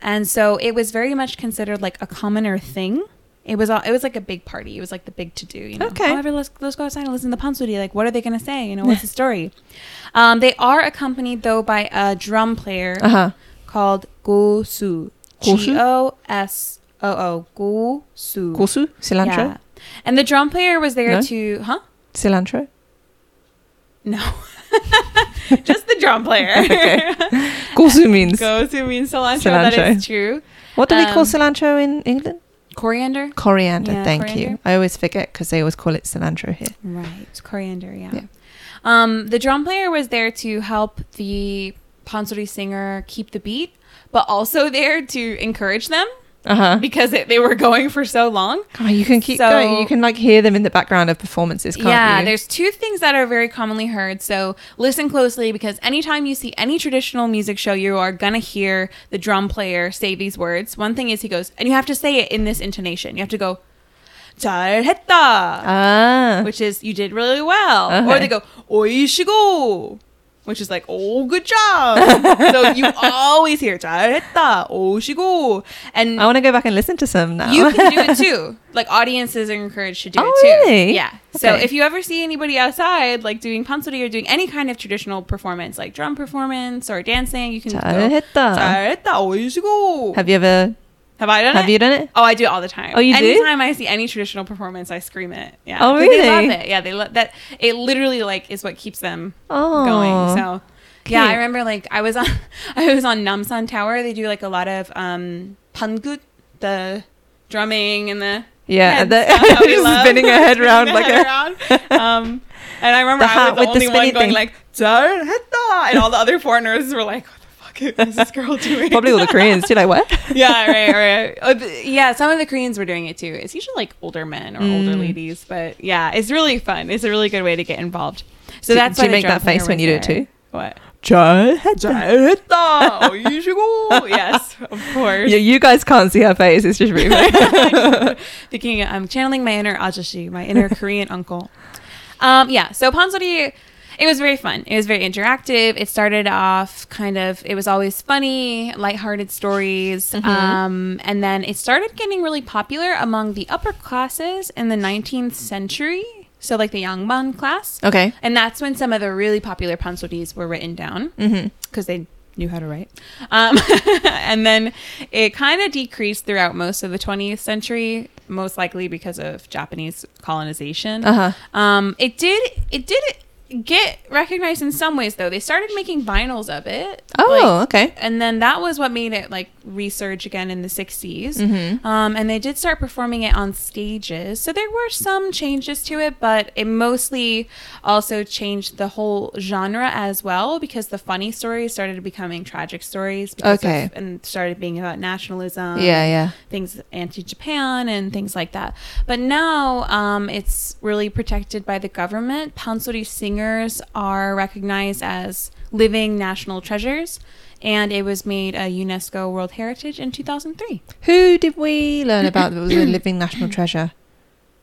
B: And so it was very much considered like a commoner thing. It was all, it was like a big party. It was like the big to do, you know.
A: Okay.
B: Oh, everyone, let's let's go outside and listen to Pansuri. Like, what are they gonna say? You know, what's the story? Um, they are accompanied though by a drum player
A: Uh-huh.
B: called Gosu.
A: Gosu?
B: G O S O O Gosu.
A: Gosu? Cilantro?
B: Yeah. And the drum player was there
A: No?
B: to huh?
A: Cilantro?
B: No. Just the drum player.
A: Gosu means.
B: Gosu means cilantro. That is
A: Cilantro.
B: true.
A: What do we call
B: Um,
A: cilantro in England?
B: Coriander.
A: Coriander,
B: yeah,
A: thank
B: coriander.
A: you. I always forget because they always call it cilantro here.
B: Right, coriander. Yeah.
A: Yeah.
B: Um, the drum player was there to help the pansori singer keep the beat, but also there to encourage them
A: Uh huh.
B: because it, they were going for so long.
A: Oh, you can keep
B: Uh-huh. So-
A: going. You can like hear them in the background of performances, can't
B: yeah,
A: you?
B: there's two things that are very commonly heard. So listen closely because anytime you see any traditional music show, you are going to hear the drum player say these words. One thing is he goes, and you have to say it in this intonation. You have to go, 잘했다.
A: Ah.
B: which is you did really well. Or
A: Okay.
B: they go, oishigo, which is like, oh, good job. so you always hear, 잘했다, oishigo. And
A: I want to go back and listen to some now.
B: you can do it too. Like audiences are encouraged to do
A: Oh,
B: it too.
A: really?
B: Yeah. So
A: Okay.
B: if you ever see anybody outside, like doing pansori or doing any kind of traditional performance, like drum performance or dancing, you can go,
A: 잘했다.
B: 잘했다, oishigo.
A: Have you ever
B: Have I done it?
A: Have you done it?
B: Oh, I do it all the time.
A: Oh, you do?
B: Anytime I see any traditional performance, I scream it. Yeah.
A: Oh,
B: 'Cause They love
A: really?
B: it. Yeah, they love that. It literally like is what keeps them
A: Oh.
B: going. So yeah, I
A: Cute.
B: remember like I was on I was on Namsan Tower. They do like a lot of um pangut, the drumming and the
A: Yeah,
B: head
A: and the-
B: stuff that we
A: just
B: love.
A: spinning her head
B: Spinning
A: round
B: the
A: like
B: head
A: a-
B: around. Um, and I remember I
A: The hat
B: was the
A: with
B: only
A: the
B: one
A: spinny
B: going
A: thing.
B: like "Dar heta," and all the other foreigners were like, "What the fuck is this girl doing?"
A: Probably all the Koreans too. Like what?
B: yeah, right, right. Oh, th- Yeah, some of the Koreans were doing it too. It's usually like older men or older
A: Mm.
B: ladies, but yeah, it's really fun. It's a really good way to get involved. So
A: Do-
B: that's
A: do
B: why
A: you
B: the
A: make
B: drum
A: that face
B: player
A: when
B: was
A: you do it
B: there.
A: too?
B: What?
A: John.
B: Oh, usual. yes, of course.
A: Yeah, you guys can't see her face. It's just really funny.
B: Thinking I'm channeling my inner Ajashi, my inner Korean uncle. Um, yeah. So Pansori, it was very fun. It was very interactive. It started off kind of. It was always funny, lighthearted stories, um, and then it started getting really popular among the upper classes in the 19th century. So like the Yangban class.
A: Okay.
B: And that's when some of the really popular pansoris were written down because
A: Mm-hmm.
B: they knew how to write. Um, and then it kind of decreased throughout most of the 20th century, most likely because of Japanese colonization.
A: Uh-huh.
B: Um, it did it did get recognized in some ways though. They started making vinyls of it.
A: Oh,
B: Like,
A: okay.
B: and then that was what made it like resurge again in the 60s
A: Mm-hmm.
B: um, and they did start performing it on stages so there were some changes to it but it mostly also changed the whole genre as well because the funny stories started becoming tragic stories because
A: Okay.
B: of- and started being about nationalism
A: Yeah, yeah.
B: things anti-japan and things like that but now um, it's really protected by the government pansori singers are recognized as living national treasures and it was made a unesco world heritage in 2003
A: Who did we learn about that was a living national treasure?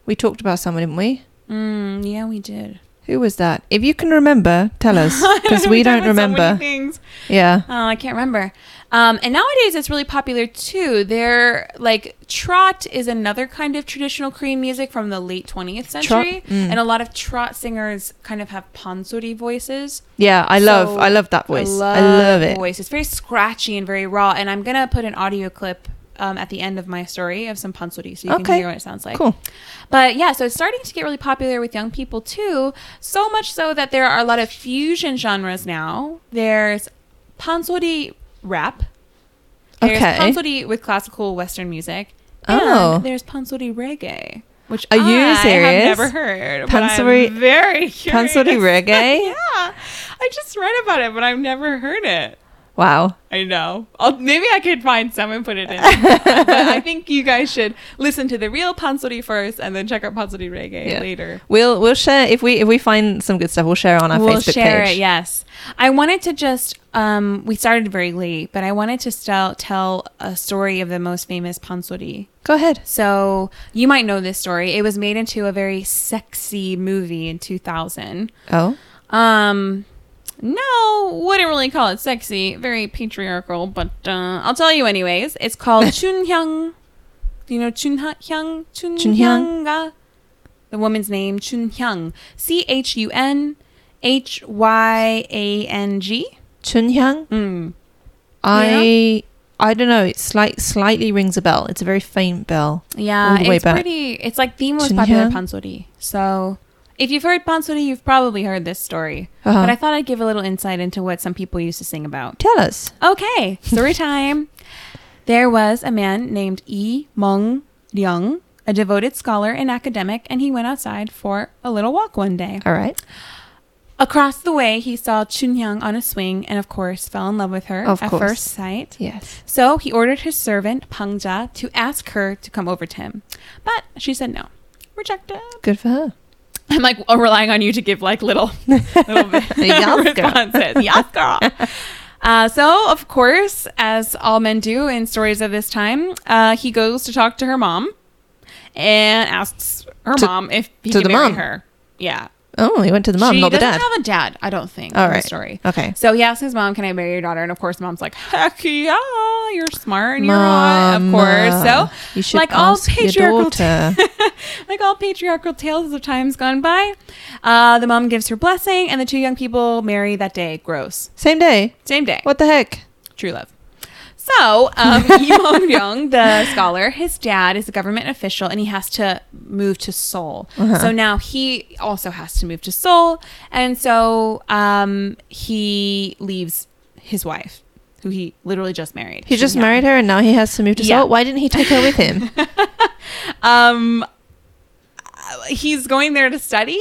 A: We talked about someone, didn't we?
B: mm, yeah we did
A: Who was that? If you can remember, tell us because we
B: Every time
A: don't
B: with so many
A: remember.
B: things.
A: Yeah.
B: Oh, I can't remember. Um, and nowadays, it's really popular too. They're like trot is another kind of traditional Korean music from the late 20th century,
A: mm.
B: and a lot of trot singers kind of have pansori voices.
A: Yeah, I love
B: So
A: I love that voice. I love, it.
B: Voice. It's very scratchy and very raw. And I'm gonna put an audio clip um, at the end of my story of some pansori, so you
A: Okay.
B: can hear what it sounds like.
A: Cool.
B: But yeah, so it's starting to get really popular with young people too. So much so that there are a lot of fusion genres now. There's pansori rap. There's
A: Okay.
B: pansori with classical Western music.
A: Oh.
B: And there's pansori reggae, which
A: Are you
B: I
A: serious?
B: have never heard. but I'm
A: Pansori-
B: very curious.
A: Pansori reggae?
B: yeah, I just read about it, but I've never heard it.
A: Wow.
B: I know. I'll, maybe I could find some and put it in. but I think you guys should listen to the real Pansori first, and then check out Pansori Reggae
A: Yeah.
B: later.
A: We'll we'll share if we if we find some good stuff, we'll share it on our
B: we'll
A: Facebook
B: share
A: page.
B: it. Yes, I wanted to just. Um, we started very late, but I wanted to still tell a story of the most famous Pansori.
A: Go ahead.
B: So you might know this story. It was made into a very sexy movie in 2000.
A: Oh.
B: Um, no, wouldn't really call it sexy. Very patriarchal, but uh, I'll tell you anyways. It's called Chunhyang. Do you know Chunhyang? Chunhyang. The woman's name Chunhyang. C H U N H Y A N G.
A: Chunhyang?
B: Mm.
A: I I don't know, it's like slightly rings a bell. It's a very faint bell. All
B: Yeah,
A: the way
B: it's
A: back.
B: pretty. It's like the most popular
A: Chunhyang?
B: pansori. So, if you've heard pansori, you've probably heard this story.
A: Uh-huh.
B: But I thought I'd give a little insight into what some people used to sing about.
A: Tell us.
B: Okay, story time. there was a man named Yi Meng Liang, a devoted scholar and academic, and he went outside for a little walk one day.
A: All right.
B: Across the way, he saw Chunhyang on a swing and, of course, fell in love with her
A: Of
B: at
A: course.
B: first sight.
A: Yes.
B: So he ordered his servant, Pang Jia, to ask her to come over to him. But she said no. Rejected.
A: Good for her.
B: I'm like uh, relying on you to give like little, little bit
A: Yes, girl.
B: responses. Yes, girl. Uh, so, of course, as all men do in stories of this time, uh, he goes to talk to her mom and asks her
A: To-
B: mom if he
A: to
B: can
A: the
B: marry
A: mom.
B: her. Yeah.
A: Oh, he went to the mum,
B: she
A: not the
B: doesn't
A: dad.
B: have a dad, I don't think,
A: All
B: in the
A: right.
B: story.
A: Okay.
B: So he asks his mom, can I marry your daughter? And of course, mom's like, heck yeah, you're smart and you're hot. Of course.
A: Mama,
B: So,
A: you should
B: like all
A: ask your
B: patriarchal
A: daughter.
B: like all patriarchal tales of times gone by, uh, the mom gives her blessing, and the two young people marry that day. Gross.
A: Same day.
B: Same day.
A: What the heck?
B: True love. So, um, Yimong Ryong, the scholar, his dad is a government official and he has to move to Seoul.
A: Uh-huh.
B: So now he also has to move to Seoul. And so um, he leaves his wife, who he literally just married.
A: He just
B: Yeah.
A: married her and now he has to move to
B: Yeah.
A: Seoul. Why didn't he take her with him?
B: Um, uh, he's going there to study.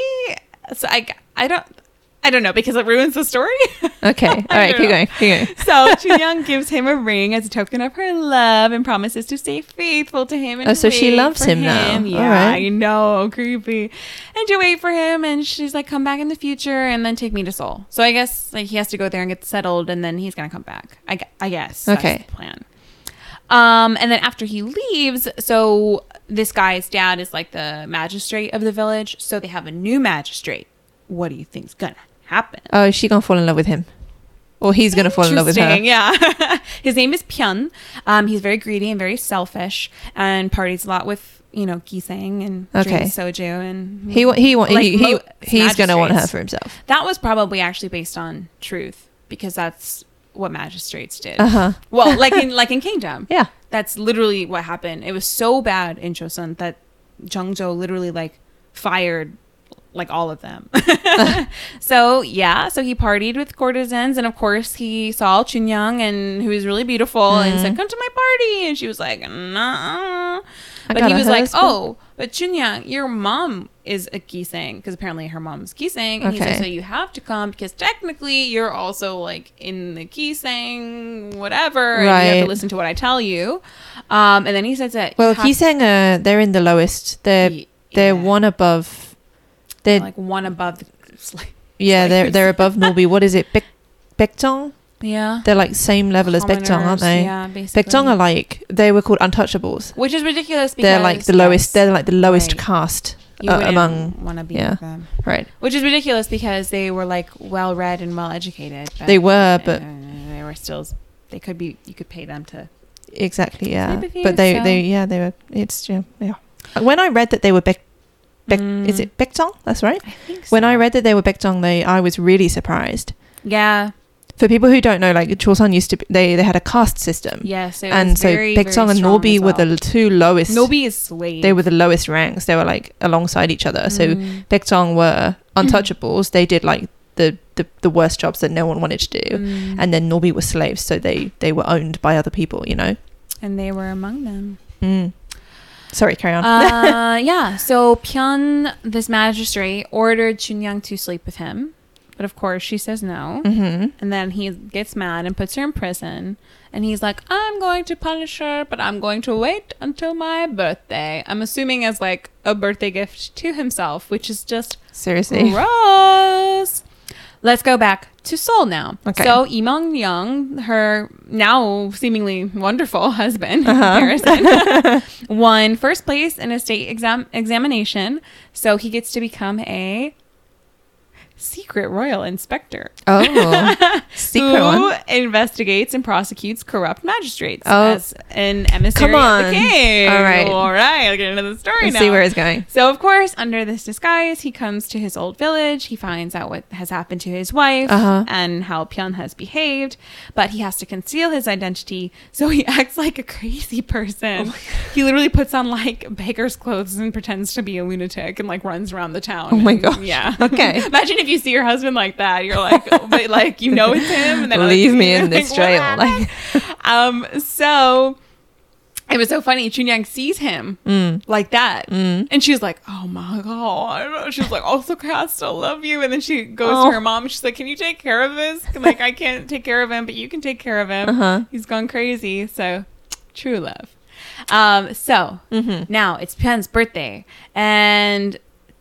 B: So I, I don't, I don't know because it ruins the story.
A: Okay. All
B: I
A: right.
B: don't
A: Keep
B: know.
A: going. Keep going.
B: So Chunyang gives him a ring as a token of her love and promises to stay faithful to him. And
A: Oh, so she
B: wait
A: loves
B: for
A: him now.
B: Yeah,
A: All right.
B: I know, creepy. And to wait for him, and she's like, "Come back in the future, and then take me to Seoul." So I guess like he has to go there and get settled, and then he's gonna come back. I, gu- I guess. that's
A: Okay.
B: the plan. Um, and then after he leaves, so this guy's dad is like the magistrate of the village, so they have a new magistrate. What do you think's gonna happen?
A: Oh, is she gonna fall in love with him, or he's gonna fall in love with her?
B: Interesting, Yeah. His name is Pyun. Um, he's very greedy and very selfish and parties a lot with, you know, Gisang and
A: Okay.
B: drinks soju and
A: He wa- he wa-
B: Like
A: he, he
B: mo-
A: he's gonna want her
B: magistrates.
A: for himself.
B: That was probably actually based on truth because that's what magistrates did.
A: Uh huh.
B: Well, like in like in Kingdom.
A: Yeah.
B: That's literally what happened. It was so bad in Chosun that Zhengzhou literally like fired like all of them. so yeah, so he partied with courtesans, and of course he saw Chunyang and who was really beautiful, and said, "Come to my party," and she was like, "Nah." But
A: got
B: he
A: a
B: was like,
A: husband.
B: "Oh, but Chunyang, your mom is a gisang because apparently her mom's gisang, and he's like,
A: Okay.
B: so you have to come because technically you're also like in the gisang, whatever, and you have
A: Right.
B: to listen to what I tell you." Um, and then he says that you
A: Well,
B: have
A: he's saying uh, they're in the lowest. They're
B: Ye-
A: they're
B: yeah.
A: one above. They're
B: like one above. The, it's like-
A: yeah.
B: like-
A: they're they're above Norby. What is it? Baek Baekjong.
B: yeah.
A: They're like same level as Baekjong, aren't
B: Commoners,
A: they?
B: Yeah, basically.
A: Baekjong are like they were called untouchables.
B: which is ridiculous. Because,
A: they're like the lowest. They're like the lowest
B: Right.
A: caste uh, among.
B: want to be
A: yeah.
B: with them,
A: Right.
B: which is ridiculous because they were like well read and well educated. but-
A: They were, but-
B: Uh, they were still. They could be. You could pay them to.
A: Exactly. Yeah.
B: Sleep with you,
A: But they
B: so-
A: they yeah they were. It's yeah yeah. When I read that they were Baek, Baek is
B: Mm.
A: it Baekjong? That's right.
B: I think
A: When
B: so.
A: I read that they were Baekjong, they I was really surprised.
B: yeah,
A: For people who don't know, like Chosun used to, be, they they had a caste system,
B: yes, it
A: and
B: was
A: so
B: very,
A: Baekjong
B: very
A: and
B: strong
A: Norbi
B: as
A: were
B: well.
A: the two lowest.
B: Nobi is slave.
A: they were the lowest ranks. They were like alongside each other. So
B: Mm.
A: Baekjong were
B: Mm-hmm.
A: untouchables. they did like the, the the worst jobs that no one wanted to do,
B: Mm.
A: and then Norbi were slaves, so they they were owned by other people. You know.
B: and they were among them.
A: Mm. Sorry, carry on.
B: uh, yeah. So Pyun, this magistrate, ordered Chunyang to sleep with him, but of course she says no.
A: hmm
B: And then he gets mad and puts her in prison. And he's like, I'm going to punish her, but I'm going to wait until my birthday. I'm assuming as like a birthday gift to himself, which is just
A: Seriously.
B: gross. Let's go back to Seoul now.
A: Okay.
B: So Imong Young, her now seemingly wonderful husband, in comparison, won first place in a state exam examination. So he gets to become a secret royal inspector
A: Oh, secret
B: who
A: one.
B: investigates and prosecutes corrupt magistrates
A: Oh.
B: as an emissary
A: Come
B: of
A: on.
B: the king.
A: All right.
B: all right. I'll get into the story
A: Let's
B: now.
A: see where it's going.
B: so, of course, under this disguise, he comes to his old village. He finds out what has happened to his wife
A: Uh-huh.
B: and how Pyun has behaved, but he has to conceal his identity. So he acts like a crazy
A: Oh
B: person. he literally puts on like beggar's clothes and pretends to be a lunatic and like runs around the town.
A: Oh my
B: And,
A: gosh.
B: Yeah.
A: Okay.
B: Imagine if you see your husband like that. You're like, "Oh, but like you know it's him, and then other
A: Leave
B: people
A: me
B: are
A: in this
B: like, "What
A: jail."
B: happened?" um. So it was so funny. Chunyang sees him
A: Mm.
B: like that, and she's like, "Oh my god!" She was like, "Also, I still love you." And then she goes
A: Oh.
B: to her mom. She's like, "Can you take care of this? Like, I can't take care of him, but you can take care of him.
A: Uh-huh.
B: He's gone crazy." So, true love. Um, so
A: Mm-hmm.
B: now it's Pian's birthday, and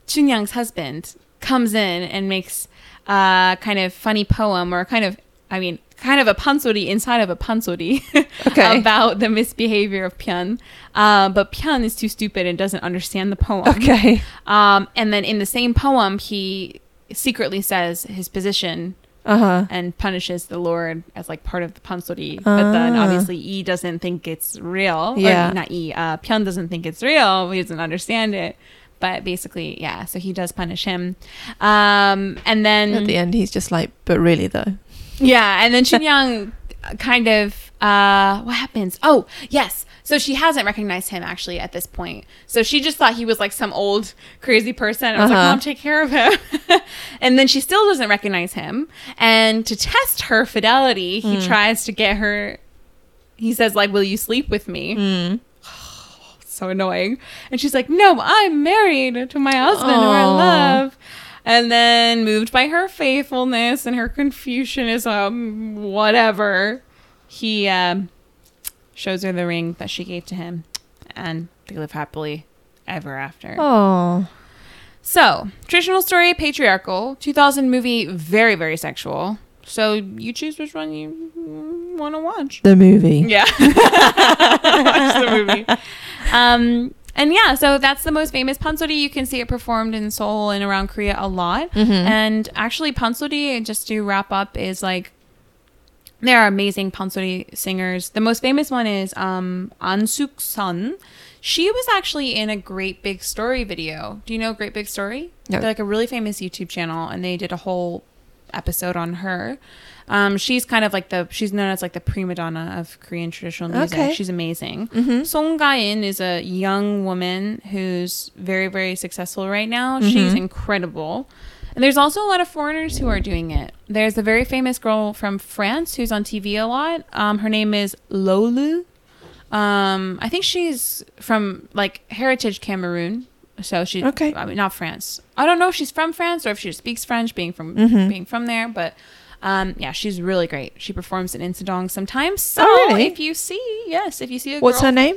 B: Chunyang's husband comes in and makes a kind of funny poem or kind of, I mean, kind of a pansori inside of a pansori
A: Okay.
B: about the misbehavior of Pian. Uh, but Pian is too stupid and doesn't understand the poem.
A: Okay.
B: Um, and then in the same poem, he secretly says his position
A: Uh huh.
B: and punishes the Lord as like part of the pansori. But then
A: Ah.
B: obviously E doesn't think it's real.
A: Yeah.
B: Or not E. Uh, Pyun doesn't think it's real. He doesn't understand it. But basically, yeah. So he does punish him. Um, and then
A: At the end, he's just like, but really though.
B: yeah, and then Chunyang kind of Uh, what happens? Oh, yes. So she hasn't recognized him actually at this point. So she just thought he was like some old crazy person. And I was
A: Uh-huh.
B: like, Mom, take care of him. and then she still doesn't recognize him. And to test her fidelity, he tries to get her. He says, like, will you sleep with me?
A: Mm.
B: so annoying. And she's like, No, I'm married to my husband who I
A: Aw.
B: love. And then moved by her faithfulness and her Confucianism, whatever, he um, shows her the ring that she gave to him. And they live happily ever after.
A: Oh.
B: So, traditional story, patriarchal. 2000 movie, very, very sexual. So, you choose which one you want to watch.
A: The movie.
B: Yeah. Watch the movie. Um, and yeah, so that's the most famous pansori. You can see it performed in Seoul and around Korea a lot. And actually, pansori, just to wrap up, is like there are amazing pansori singers. The most famous one is um, An Suk Sun. She was actually in a Great Big Story video. Do you know Great Big Story?
A: No.
B: They're like a really famous YouTube channel, and they did a whole episode on her. Um, she's kind of like the she's known as like the prima donna of Korean traditional music.
A: Okay. Mm-hmm.
B: She's amazing. Song Ga-in is a young woman who's very very successful right now.
A: Mm-hmm.
B: She's incredible. And there's also a lot of foreigners who are doing it. There's a very famous girl from France who's on TV a lot. Um, her name is Lolu. Um, I think she's from like heritage Cameroon. So she
A: Okay.
B: I mean, not France. I don't know if she's from France or if she just speaks French, being from
A: Mm-hmm.
B: being from there. But um, yeah, she's really great. She performs in Insadong sometimes. So
A: Oh, really?
B: if you see, yes, if you see a
A: What's
B: girl,
A: her name?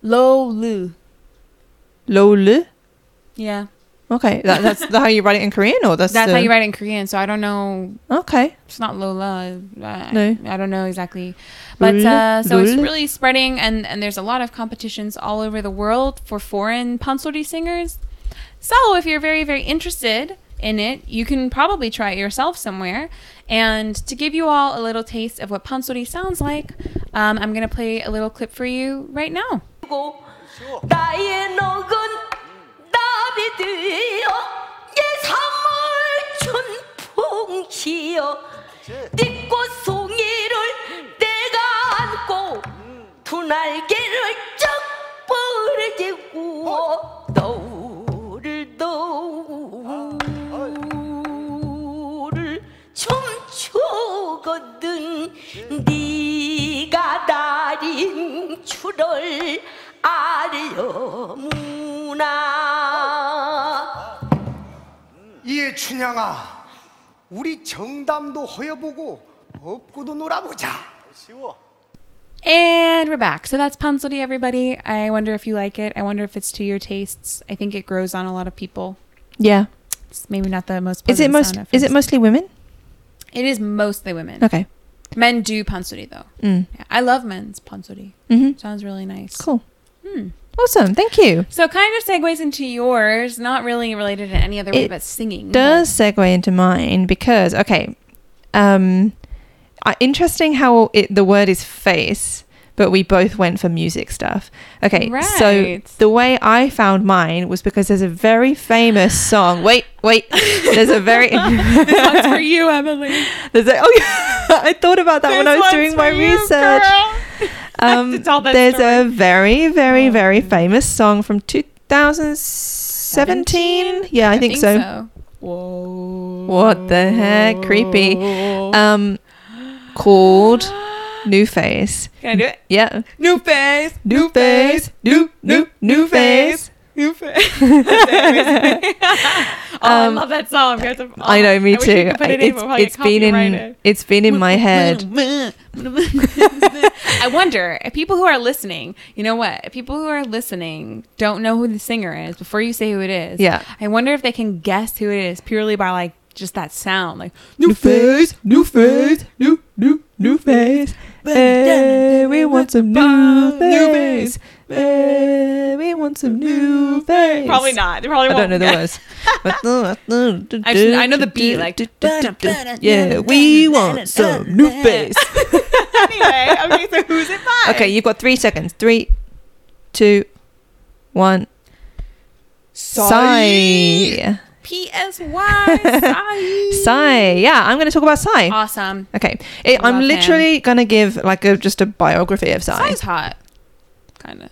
B: Lo Lu.
A: Lolu.
B: Yeah,
A: Okay, that, that's the- how you write it in Korean, or that's
B: that's
A: the-
B: how you write it in Korean. So I don't know.
A: Okay.
B: It's not Lola. I,
A: No.
B: I don't know exactly. But
A: Lul,
B: uh, so it's
A: lul.
B: really spreading, and, and there's a lot of competitions all over the world for foreign pansori singers. So if you're very, very interested in it, you can probably try it yourself somewhere. And to give you all a little taste of what pansori sounds like, um, I'm going to play a little clip for you right now.
D: 고 나의 녹은 답이 되어 예 예삼월춘 풍기여 띠꽃 송이를 내가 안고 두 날개를 쩍 뻗게 구워 너를 너를 춤추거든 네가 달인 줄을 알려무나
E: 예 춘향아 우리 정담도 허여보고 업고도 놀아보자
B: And we're back. So that's pansori, everybody. I wonder if you like it. I wonder if it's to your tastes. I think it grows on a lot of people.
A: Yeah.
B: It's maybe not the most.
A: Is it
B: pleasant
A: most?
B: sound at
A: Is it
B: first.
A: mostly women?
B: It is mostly women.
A: Okay. Mm.
B: Men do pansori though. Yeah, I love men's pansori. Sounds really nice.
A: Mm-hmm. Cool. Awesome. Thank you.
B: So kind of segues into yours, not really related in any other way
A: It
B: but singing.
A: does segue into mine because okay um uh, interesting how it the word is face but we both went for music stuff okay so
B: Right.
A: the way i found mine was because there's a very famous song wait wait there's a very
B: this one's for you, Emily.
A: there's a oh yeah, i thought about that when i
B: This
A: was
B: one's
A: doing my
B: for you,
A: research
B: girl.
A: um,
B: to tell that
A: there's
B: story. Oh.
A: a very, very, very famous song from 2017. Yeah, I, think, so.
B: Whoa.
A: What the heck? Creepy. Um, called New Face.
B: Can I do it?
A: Yeah.
B: New face.
A: New Face. New, new, new Face. Um,
B: New face. oh, I love that song. Guys. Oh,
A: I know, me
B: wish we
A: too.
B: could put
A: I-
B: it in,
A: It's,
B: but we'll
A: it's
B: get
A: been in
B: copyrighted.
A: it's been in my head.
B: I wonder if people who are listening, you know what? If people who are listening don't know who the singer is before you say who it is.
A: Yeah.
B: I wonder if they can guess who it is purely by like just that sound. Like
A: New face, new face, new new new face. Hey, we want some new face. Hey, we want some new face.
B: probably not. They probably
A: I don't
B: won't
A: know the
B: guess.
A: words. I,
B: just- I know the beat, like,
A: yeah, we want some new face.
B: anyway, okay, so who's it by?
A: Okay, you've got three seconds. Three, two, one. Sigh.
B: P S Y. Sai.
A: Sai. Yeah, I'm going to talk about Sai.
B: Awesome.
A: okay. It,
B: Uh,
A: I'm
B: Love him.
A: literally going to give like a just a biography of Sai.
B: Sai's hot. Kind of.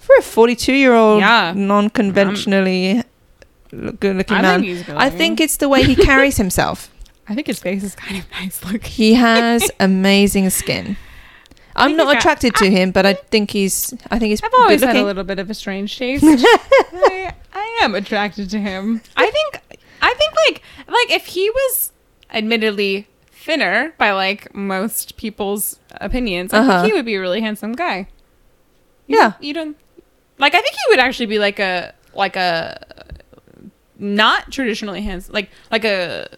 A: For a 42 year old
B: Yeah.
A: non conventionally good looking
B: I
A: man,
B: think he's good
A: I
B: looking.
A: think it's the way he carries himself.
B: I think his face is kind of nice looking.
A: He has amazing skin. I'm
B: think
A: not
B: he's got-
A: attracted to him, but I think he's. I think he's.
B: I've always
A: good
B: had a
A: looking.
B: little bit of a strange taste. I, I am attracted to him. I think. I think like like if he was admittedly thinner by like most people's opinions, I
A: Uh-huh.
B: think he would be a really handsome guy.
A: Yeah.
B: You don't like. I think he would actually be like a like a not traditionally handsome like like a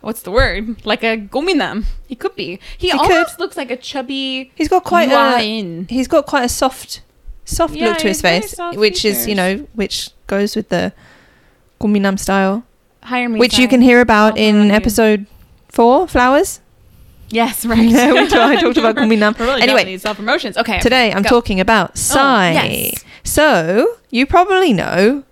B: what's the word like a gominam. He could be. He, almost looks like a chubby.
A: He's got quite
B: lion.
A: a. He's got quite a soft, soft
B: Yeah,
A: look to
B: he
A: his
B: has very
A: face,
B: soft
A: which is you
B: features.
A: know which goes with the Guminam style,
B: Hire me,
A: which you
B: Sai.
A: can hear about
B: I'll follow
A: in
B: you.
A: episode four, flowers.
B: Yes, right.
A: Yeah, we talked- I talked about Guminam.
B: We're really
A: Anyway.
B: anyway, self promotions. Okay,
A: Today I'm
B: go. Oh,
A: talking about Sai.
B: yes.
A: So you probably know.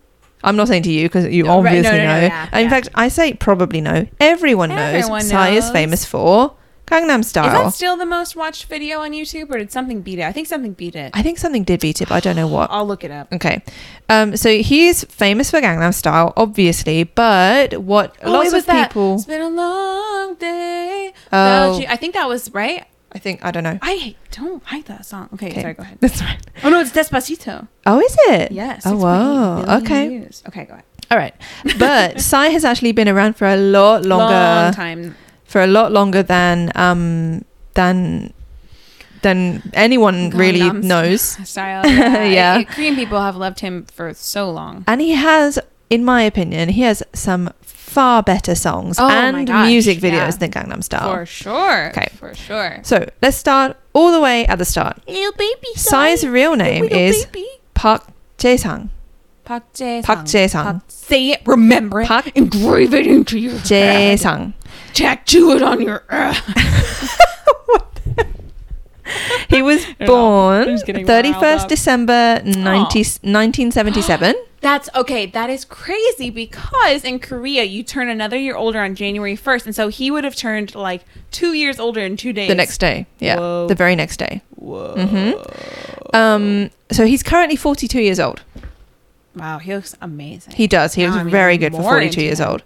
A: I'm not saying to you because you
B: No, right, no,
A: obviously
B: no, no,
A: know.
B: yeah,
A: in
B: yeah.
A: fact, I say probably know. Everyone knows
B: Everyone
A: Sai is
B: knows.
A: famous for Gangnam
B: Is
A: Style.
B: that still the most watched video on YouTube, or did something beat it? I think something beat it.
A: I think something did beat it, but I Mm, don't know what.
B: I'll look it up.
A: Okay. Um, so he's famous for Gangnam Style, obviously, but what
B: Oh,
A: lots of people.
B: It's been a long day.
A: Oh.
B: without you. I think that was right.
A: I think, I don't know.
B: I hate- don't like that song. Okay,
A: Okay.
B: Ah, sorry, go ahead.
A: That's right.
B: Oh no, it's Despacito.
A: Oh, is it?
B: Yes.
A: Oh, wow. Okay.
B: Okay, go ahead.
A: All right. But Psy has actually been around for a lot longer.
B: Long time.
A: For a lot longer than um than than anyone really
B: Gangnam
A: knows.
B: Style. Yeah.
A: Yeah.
B: It- it- Korean people have loved him for so long.
A: And he has, in my opinion, he has some far better songs
B: Oh my
A: and
B: gosh,
A: music videos
B: yeah.
A: than Gangnam Style.
B: For sure.
A: Oh. Okay.
B: For sure.
A: So let's start all the way at the start.
D: Little baby
A: Psy's real name
D: little
A: is
D: baby.
A: Park Jae-sang.
B: Park Jae.
A: Park Jae-sang.
B: Say it. Remember it.
A: Park-
B: engrave it into your head.
A: Jae-sang.
B: Tattoo it on your.
A: He was
B: know. I'm
A: born
B: just getting riled
A: 31st
B: up.
A: December 90, 1977.
B: That's okay. That is crazy because in Korea you turn another year older on January first, and so he would have turned like two years older in two days.
A: the next day. Yeah.
B: Whoa.
A: The very next day.
B: Whoa.
A: Um, so he's currently 42 years old.
B: Wow, he looks amazing.
A: He does. He
B: Now
A: was
B: I'm
A: very
B: even
A: good for
B: more
A: 42
B: into
A: years
B: him.
A: old.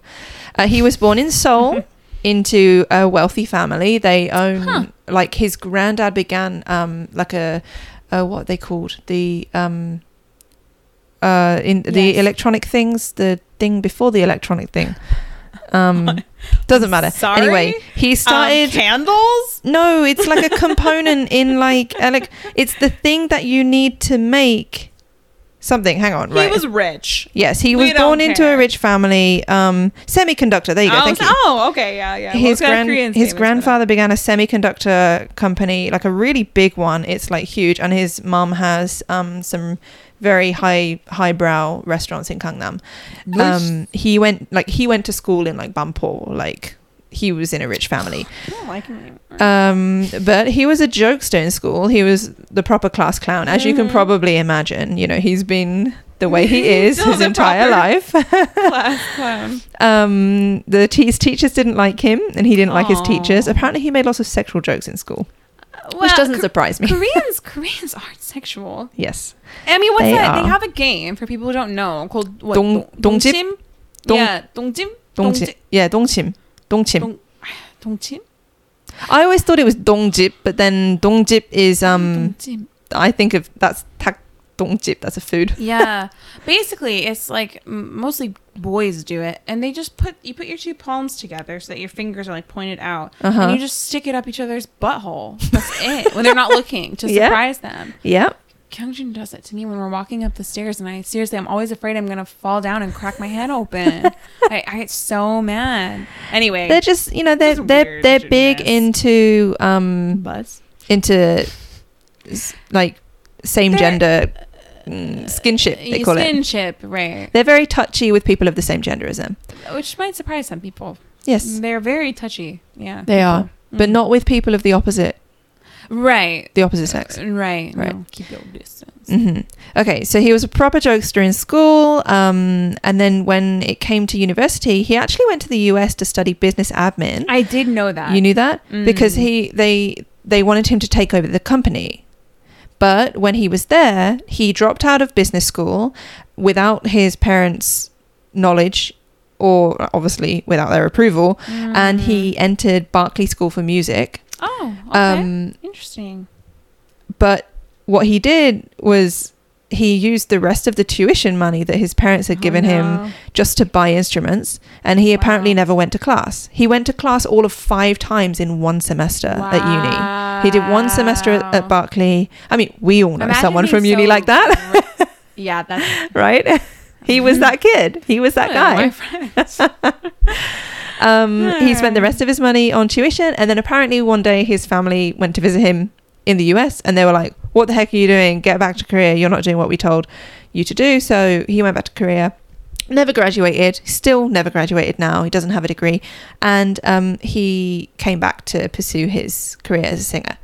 A: Uh, he was born in Seoul into a wealthy family. They own, like, his granddad began, um, like, a, uh, what they called the, um, uh, in the
B: Yes.
A: electronic things, the thing before the electronic thing. Um, doesn't matter.
B: sorry?
A: Anyway, he
B: Um,
A: started.
B: candles.
A: no, it's like a component in like elec- it's the thing that you need to make something. Hang on, right?
B: He was rich.
A: Yes, he
B: We
A: was
B: don't
A: born into a
B: care.
A: rich family. Um, semiconductor. There you go.
B: I
A: Thank
B: was-
A: you.
B: Oh, okay, yeah, yeah.
A: His,
B: Well, it's got a
A: grand,
B: Korean
A: his
B: statement, but-
A: grandfather began a semiconductor company, like a really big one. It's like huge, and his mum has um, some very high highbrow restaurants in Gangnam. Um, he went like he went to school in like Bangpor. Like he was in a rich family.
B: I don't like him.
A: Um, but he was a jokester in school. He was the proper class clown, as you
B: Mm.
A: can probably imagine. You know, he's been the way he is
B: Still
A: his
B: the
A: entire life.
B: Class clown.
A: um, the te- his teachers didn't like him, and he didn't like his
B: Aw.
A: teachers. Apparently, he made lots of sexual jokes in school, which
B: Well,
A: doesn't
B: Kor-
A: surprise me.
B: Koreans, Koreans aren't sexual.
A: yes,
B: I mean, what's
A: They
B: that?
A: are.
B: They have a game for people who don't know called what?
A: Dong-
B: dong-
A: dongjip?
B: dongjim?
A: Dong-
B: yeah, dongjim.
A: Dongchim. Yeah, Dongchim. Dongchim.
B: Dong- Dongjim.
A: I always thought it was Dongjip, but then Dongjip is um.
B: Dongjim.
A: I think of that's tak Dongjip. That's a food.
B: Yeah. Basically, it's like m- mostly boys do it, and they just put you put your two palms together so that your fingers are like pointed out,
A: Uh-huh.
B: and you just stick it up each other's butthole. That's it. When they're not looking to
A: Yeah.
B: surprise them.
A: Yeah.
B: Kyungjin does it to me when we're walking up the stairs, and I seriously, I'm always afraid I'm gonna fall down and crack my head open. I, I get so mad. Anyway,
A: They're just you know they're
B: Just
A: they're
B: weird
A: they're big
B: weirdness.
A: into um
B: buzz.
A: into s- like same
B: They're-
A: gender mm, skinship they call it.
B: Skinship, right?
A: They're very touchy with people of the same gender as them.
B: Which might surprise some people.
A: Yes,
B: They're very touchy. Yeah, Mm.
A: they are, but not with people of the opposite
B: right.
A: the opposite sex.
B: Right,
A: Right. Mm.
B: No, keep your distance.
A: Mm-hmm. Okay, so he was a proper jokester in school, um, and then when it came to university, he actually went to the US to study business admin.
B: I did know that.
A: you knew that
B: Mm.
A: because he they they wanted him to take over the company, but when he was there, he dropped out of business school without his parents' knowledge. Or obviously without their approval,
B: Mm.
A: and he entered Berkeley School for Music.
B: Oh, okay.
A: Um,
B: Interesting.
A: But what he did was he used the rest of the tuition money that his parents had given
B: Oh, no.
A: him just to buy instruments. And he apparently
B: Wow.
A: never went to class. He went to class all of five times in one semester uh, at uni. He did one semester at,
B: Wow.
A: at Berkeley. I mean, we all know
B: Imagine
A: someone
B: being
A: from uni
B: so
A: like that,
B: re- yeah, that's
A: right? he was that kid. He was that guy.
B: My friend.
A: Um, He spent the rest of his money on tuition, and then apparently one day his family went to visit him in the US, and they were like, "What the heck are you doing? Get back to Korea. You're not doing what we told you to do." So he went back to Korea. Never graduated. Still never graduated. Now he doesn't have a degree, and um, he came back to pursue his career as a singer.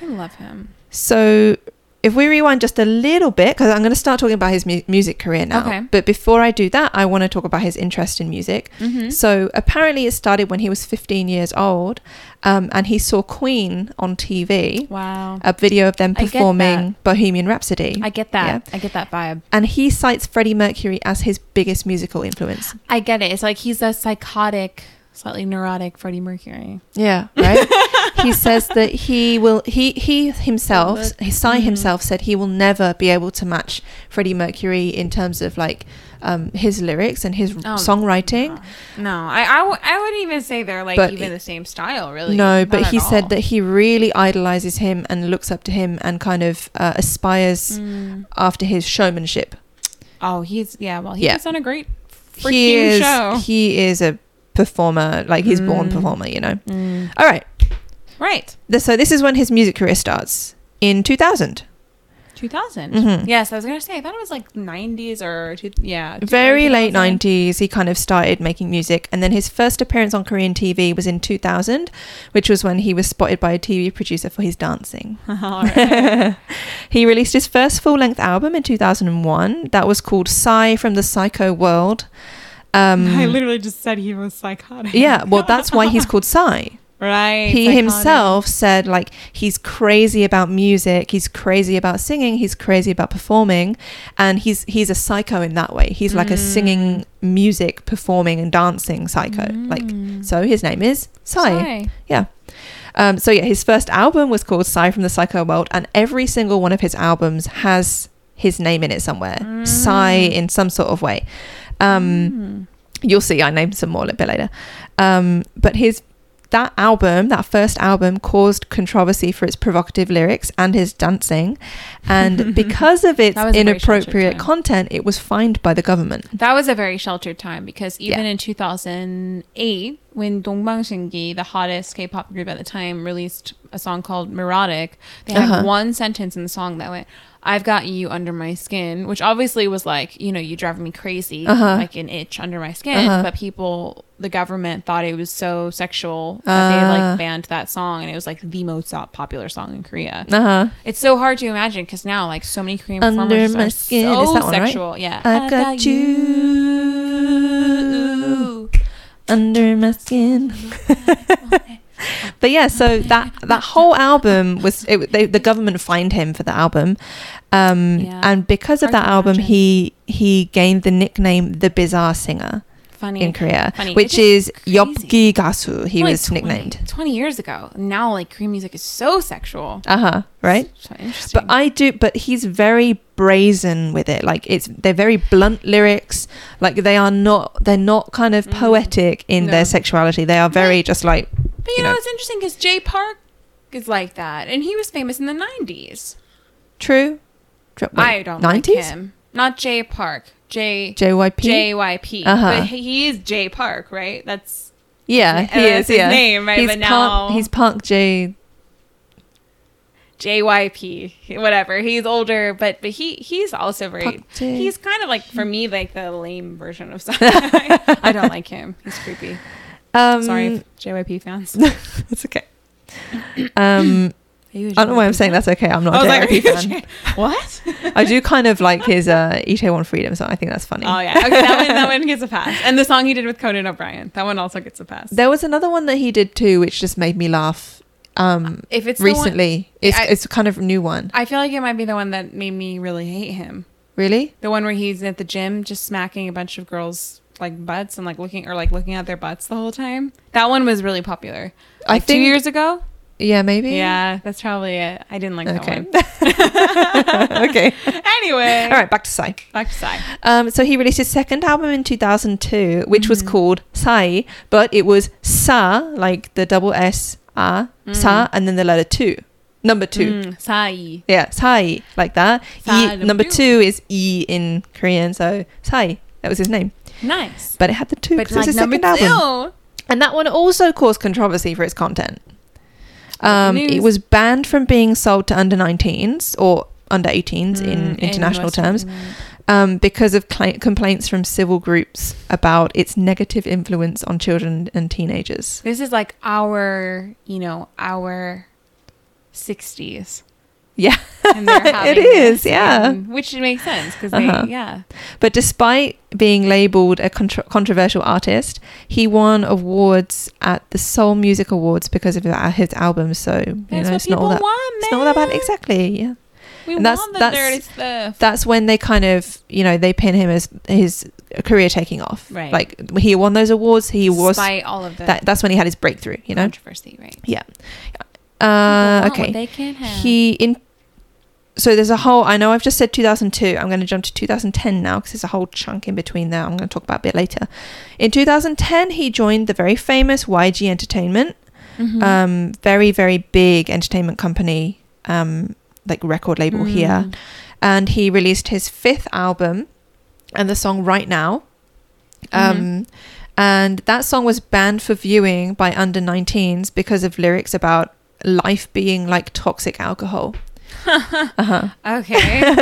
B: I love him.
A: So if we rewind just a little bit, because I'm going to start talking about his mu- music career now.
B: Okay.
A: But before I do that, I want to talk about his interest in music.
B: Mm-hmm.
A: So apparently, it started when he was 15 years old, um, and he saw Queen on TV,
B: Wow.
A: a video of them
B: I get that.
A: performing Bohemian Rhapsody.
B: I get that.
A: Yeah.
B: I get that vibe.
A: And he cites Freddie Mercury as his biggest musical influence.
B: I get it. It's like he's a psychotic, slightly neurotic Freddie Mercury.
A: Yeah, right. he says that he will. He he himself, he Psy
B: Mm-hmm.
A: himself said he will never be able to match Freddie Mercury in terms of like um, his lyrics and his
B: Oh,
A: songwriting.
B: No, I, I, w- I wouldn't even say they're like
A: But-
B: even the same style, really.
A: No,
B: Not
A: but
B: at
A: he
B: all.
A: said that he really idolizes him and looks up to him and kind of uh, aspires
B: Mm.
A: after his showmanship.
B: Oh, he's yeah. Well, he's
A: Yeah.
B: on a great freaking
A: he is
B: show, Mm.
A: he is a performer, like he's born performer. You know. All right.
B: right?
A: Th- So this is when his music career starts in 2000.
B: Two
A: Mhm.
B: Yes, I was gonna say. I thought it was like nineties or two, yeah,
A: very late
B: 90s.
A: 90s he kind of started making music and then his first appearance on korean tv was in 2000 which was when he was spotted by a tv producer for his dancing
B: All right.
A: he released his first full-length album in 2001 that was called psy from the psycho world
B: I
A: um,
B: literally just said he was psychotic.
A: yeah well that's why he's called psy
B: right.
A: he
B: psychotic.
A: himself said like he's crazy about music he's crazy about singing he's crazy about performing and he's he's a psycho in that way he's like a singing music performing and dancing psycho
B: Mm.
A: like so his name is psy,
B: Psy.
A: yeah um, so yeah his first album was called psy from the psycho world and every single one of his albums has his name in it somewhere psy in some sort of way
B: Mm.
A: um, you'll see I named some more a little bit later. Um, but his that album, that first album, caused controversy for its provocative lyrics and his dancing, and because of its
B: That was a very sheltered
A: inappropriate
B: time.
A: content, it was fined by the government.
B: That was a very sheltered time because even
A: Yeah.
B: in 2008, when Dongbang Shingi, the hottest K-pop group at the time, released a song called "Neurotic," they had
A: Uh-huh.
B: one sentence in the song that went, "I've got you under my skin," which obviously was like, you know, you drive me crazy,
A: Uh-huh.
B: like an itch under my skin. But people, the government thought it was so sexual that they
A: Ah.
B: like banned that song, and it was like the most popular song in Korea.
A: Uh huh.
B: It's so hard to imagine because now, like, so many Korean
A: Under
B: performers
A: my
B: are
A: skin.
B: so
A: Is that one right?
B: sexual. Yeah,
A: I've got you under my skin. but yeah, so that that whole album was it, they, the government fined him for the album, um,
B: Yeah.
A: and because of
B: Hard
A: that
B: to
A: album,
B: imagine.
A: he he gained the nickname the Bizarre Singer
B: Funny
A: in Korea,
B: Funny.
A: which
B: It's
A: is
B: just
A: Yobgi Gasu. He
B: Like
A: was
B: 20
A: nicknamed.
B: 20 years ago. Now, like, Korean music is so sexual.
A: Uh huh. Right.
B: So interesting.
A: But I do, but he's very brazen with it. Like it's they're very blunt lyrics. Like they are not they're not kind of poetic in
B: Mm. No.
A: their sexuality. They are very just like
B: but you know, it's interesting because Jay Park is like that, and he was famous in the 90s.
A: true. Dr- wait,
B: I don't like him. Not Jay Park. J.
A: JYP.
B: JYP.
A: Uh-huh.
B: But he is Jay Park, right? That's
A: yeah, he
B: Uh,
A: is.
B: that's his
A: yeah,
B: name, right,
A: He's
B: but
A: Park,
B: now-
A: he's Park J.
B: JYP, whatever. He's older, but but he he's also very.
A: Park Jae-
B: He's kind of like for me like the lame version of something. I don't like him. He's creepy.
A: Um,
B: Sorry, JYP fans.
A: that's okay. Um, I don't know why I'm saying that's okay. I'm not a
B: I was like, are
A: JYP
B: you
A: fan.
B: sure? what?
A: I do kind of like his uh, Itaewon Freedom song. I think that's funny.
B: Oh yeah, okay, that one that one gets a pass. And the song he did with Conan O'Brien, that one also gets a pass.
A: There was another one that he did too, which just made me laugh. Um,
B: if it's the one-
A: recently, it's
B: I-
A: it's kind of a new one.
B: I feel like it might be the one that made me really hate him.
A: Really?
B: The one where he's at the gym just smacking a bunch of girls like butts and like looking or like looking at their butts the whole time. That one was really popular.
A: I
B: Like, two
A: think-
B: years ago.
A: Yeah, maybe.
B: Yeah, that's probably it. I didn't like
A: Okay.
B: that
A: okay.
B: one. Anyway,
A: All right. Back to Psy.
B: back to Psy.
A: Um, so he released his second album in 2002, which
B: Mm.
A: was called Sai, but it was Sa, like the double S, A, Sa, and then the letter two, number two.
B: Mm, Psy.
A: Yeah, Sai, like that.
B: Sai
A: E-
B: number
A: number
B: two.
A: two is E in Korean, so Sai, that was his name.
B: Nice.
A: But it had the two
B: But
A: because it's
B: like
A: his
B: number
A: second
B: two.
A: album. And that one also caused controversy for its content. Um,
B: News.
A: it was banned from being sold to under 19s or under 18s in international
B: Mm, Western
A: terms
B: Union.
A: um, because of cli complaints from civil groups about its negative influence on children and teenagers.
B: This is like our, you know, our 60s.
A: Yeah,
B: And they're having
A: it is.
B: this,
A: Yeah.
B: and- which makes sense because they,
A: Uh-huh.
B: yeah.
A: But despite being labeled a contr controversial artist, he won awards at the Soul Music Awards because of his his album. So you
B: That's
A: know,
B: what
A: it's not
B: people
A: all that.
B: want,
A: It's not all that bad.
B: man.
A: Exactly. Yeah.
B: We
A: And that's-
B: want the
A: that's-
B: dirty stuff.
A: that's when they kind of you know they pin him as his career taking off
B: Right.
A: like he won those awards he was
B: Despite all of the
A: that that's when he had his breakthrough you know
B: controversy, right?
A: yeah uh
B: People want what
A: okay
B: they can't have.
A: he in so there's a whole i know i've just said 2002 i'm going to jump to 2010 now because there's a whole chunk in between there i'm going to talk about a bit later in 2010 he joined the very famous yg entertainment
B: Mm-hmm.
A: um, very very big entertainment company um, like record
B: Mm.
A: label here and he released his fifth album and the song right now um, and that song was banned for viewing by under 19s because of lyrics about life being like toxic alcohol
B: Okay. a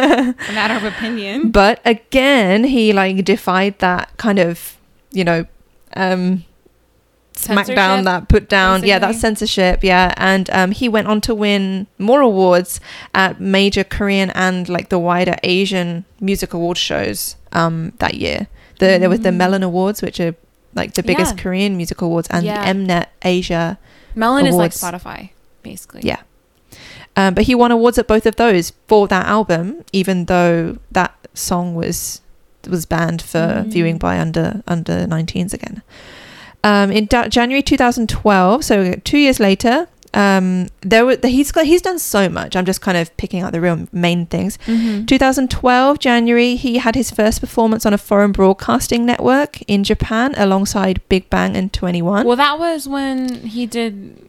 B: matter of opinion.
A: but again he like defied that kind of you know um smack
B: Censorship,
A: down that put down
B: basically.
A: yeah that's censorship yeah and um, he went on to win more awards at major korean and like the wider asian music award shows um that year the, there was the melon awards which are like the biggest
B: Mm. Yeah.
A: korean music awards and
B: Yeah.
A: the mnet asia
B: Melon
A: Awards.
B: is like Spotify, basically.
A: Yeah. um, but he won awards at both of those for that album even though that song was was banned for viewing by under under 19s again um, in da- January 2012, so two years later, um, there were he's got he's done so much. I'm just kind of picking out the real main things.
B: Mm-hmm.
A: 2012 January, he had his first performance on a foreign broadcasting network in Japan alongside Big Bang and 21.
B: Well, that was when he did.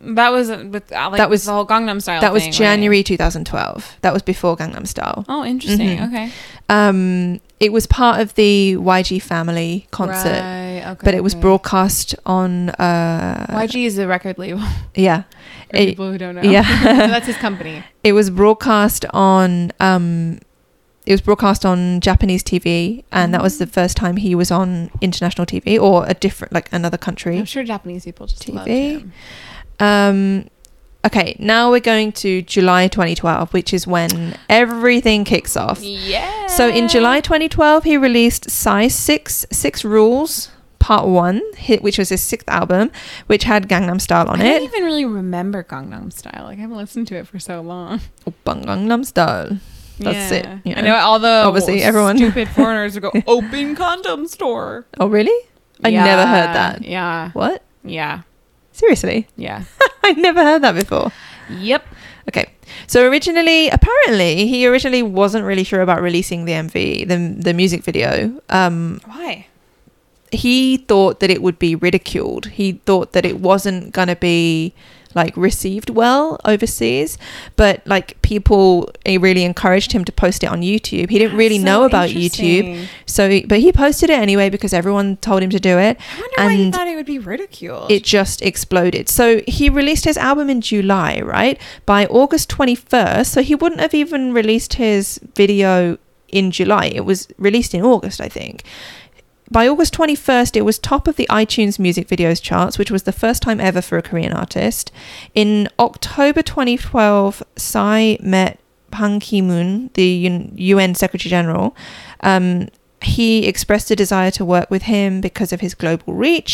B: That was uh, with uh, like,
A: That was-
B: the whole Gangnam Style.
A: that was
B: thing, right?
A: January 2012. That was before Gangnam Style.
B: Oh, interesting.
A: Mhm.
B: Okay.
A: Um, it was part of the YG Family concert,
B: Right, okay,
A: but it was
B: okay.
A: broadcast on uh,
B: YG is a record label. For
A: Yeah, It-
B: people who don't know.
A: yeah.
B: that's his company.
A: it was broadcast on um it was broadcast on Japanese TV and that
B: Mm.
A: was the first time he was on international TV or a different like another country.
B: I'm sure Japanese people just love
A: TV.
B: him.
A: Um okay, now we're going to July 2012, which is when everything kicks off.
B: Yeah.
A: So in July 2012, he released Psy 6 Six Rules Part 1, hi- which was his sixth album, which had Gangnam Style on
B: I don't
A: it.
B: even really remember Gangnam Style. Like I haven't listened to it for so long.
A: Oppa Oh, Gangnam Style. That's it,
B: Yeah.
A: you
B: I
A: know.
B: know all the
A: Obviously, everyone-
B: stupid foreigners would go open condom store.
A: Oh, really? I never heard that.
B: Yeah.
A: What?
B: Yeah.
A: Seriously?
B: Yeah.
A: I never heard that before.
B: yep.
A: Okay, so originally, apparently, he originally wasn't really sure about releasing the MV, the the music video. Um,
B: Why?
A: he thought that it would be ridiculed. He thought that it wasn't gonna be like received well overseas, but like people eh, really encouraged him to post it on YouTube. He didn't really
B: so
A: know about
B: interesting.
A: YouTube, so but he posted it anyway because everyone told him to do it.
B: I wonder why you thought it would be ridiculed.
A: it just exploded. So he released his album in July, right? By August 21st, so he wouldn't have even released his video in July. It was released in August, I think. by August 21st, it was top of the iTunes music videos charts, which was the first time ever for a Korean artist. In October 2012, Psy met Ban Ki moon, the UN UN Secretary General. Um, he expressed a desire to work with him because of his global reach.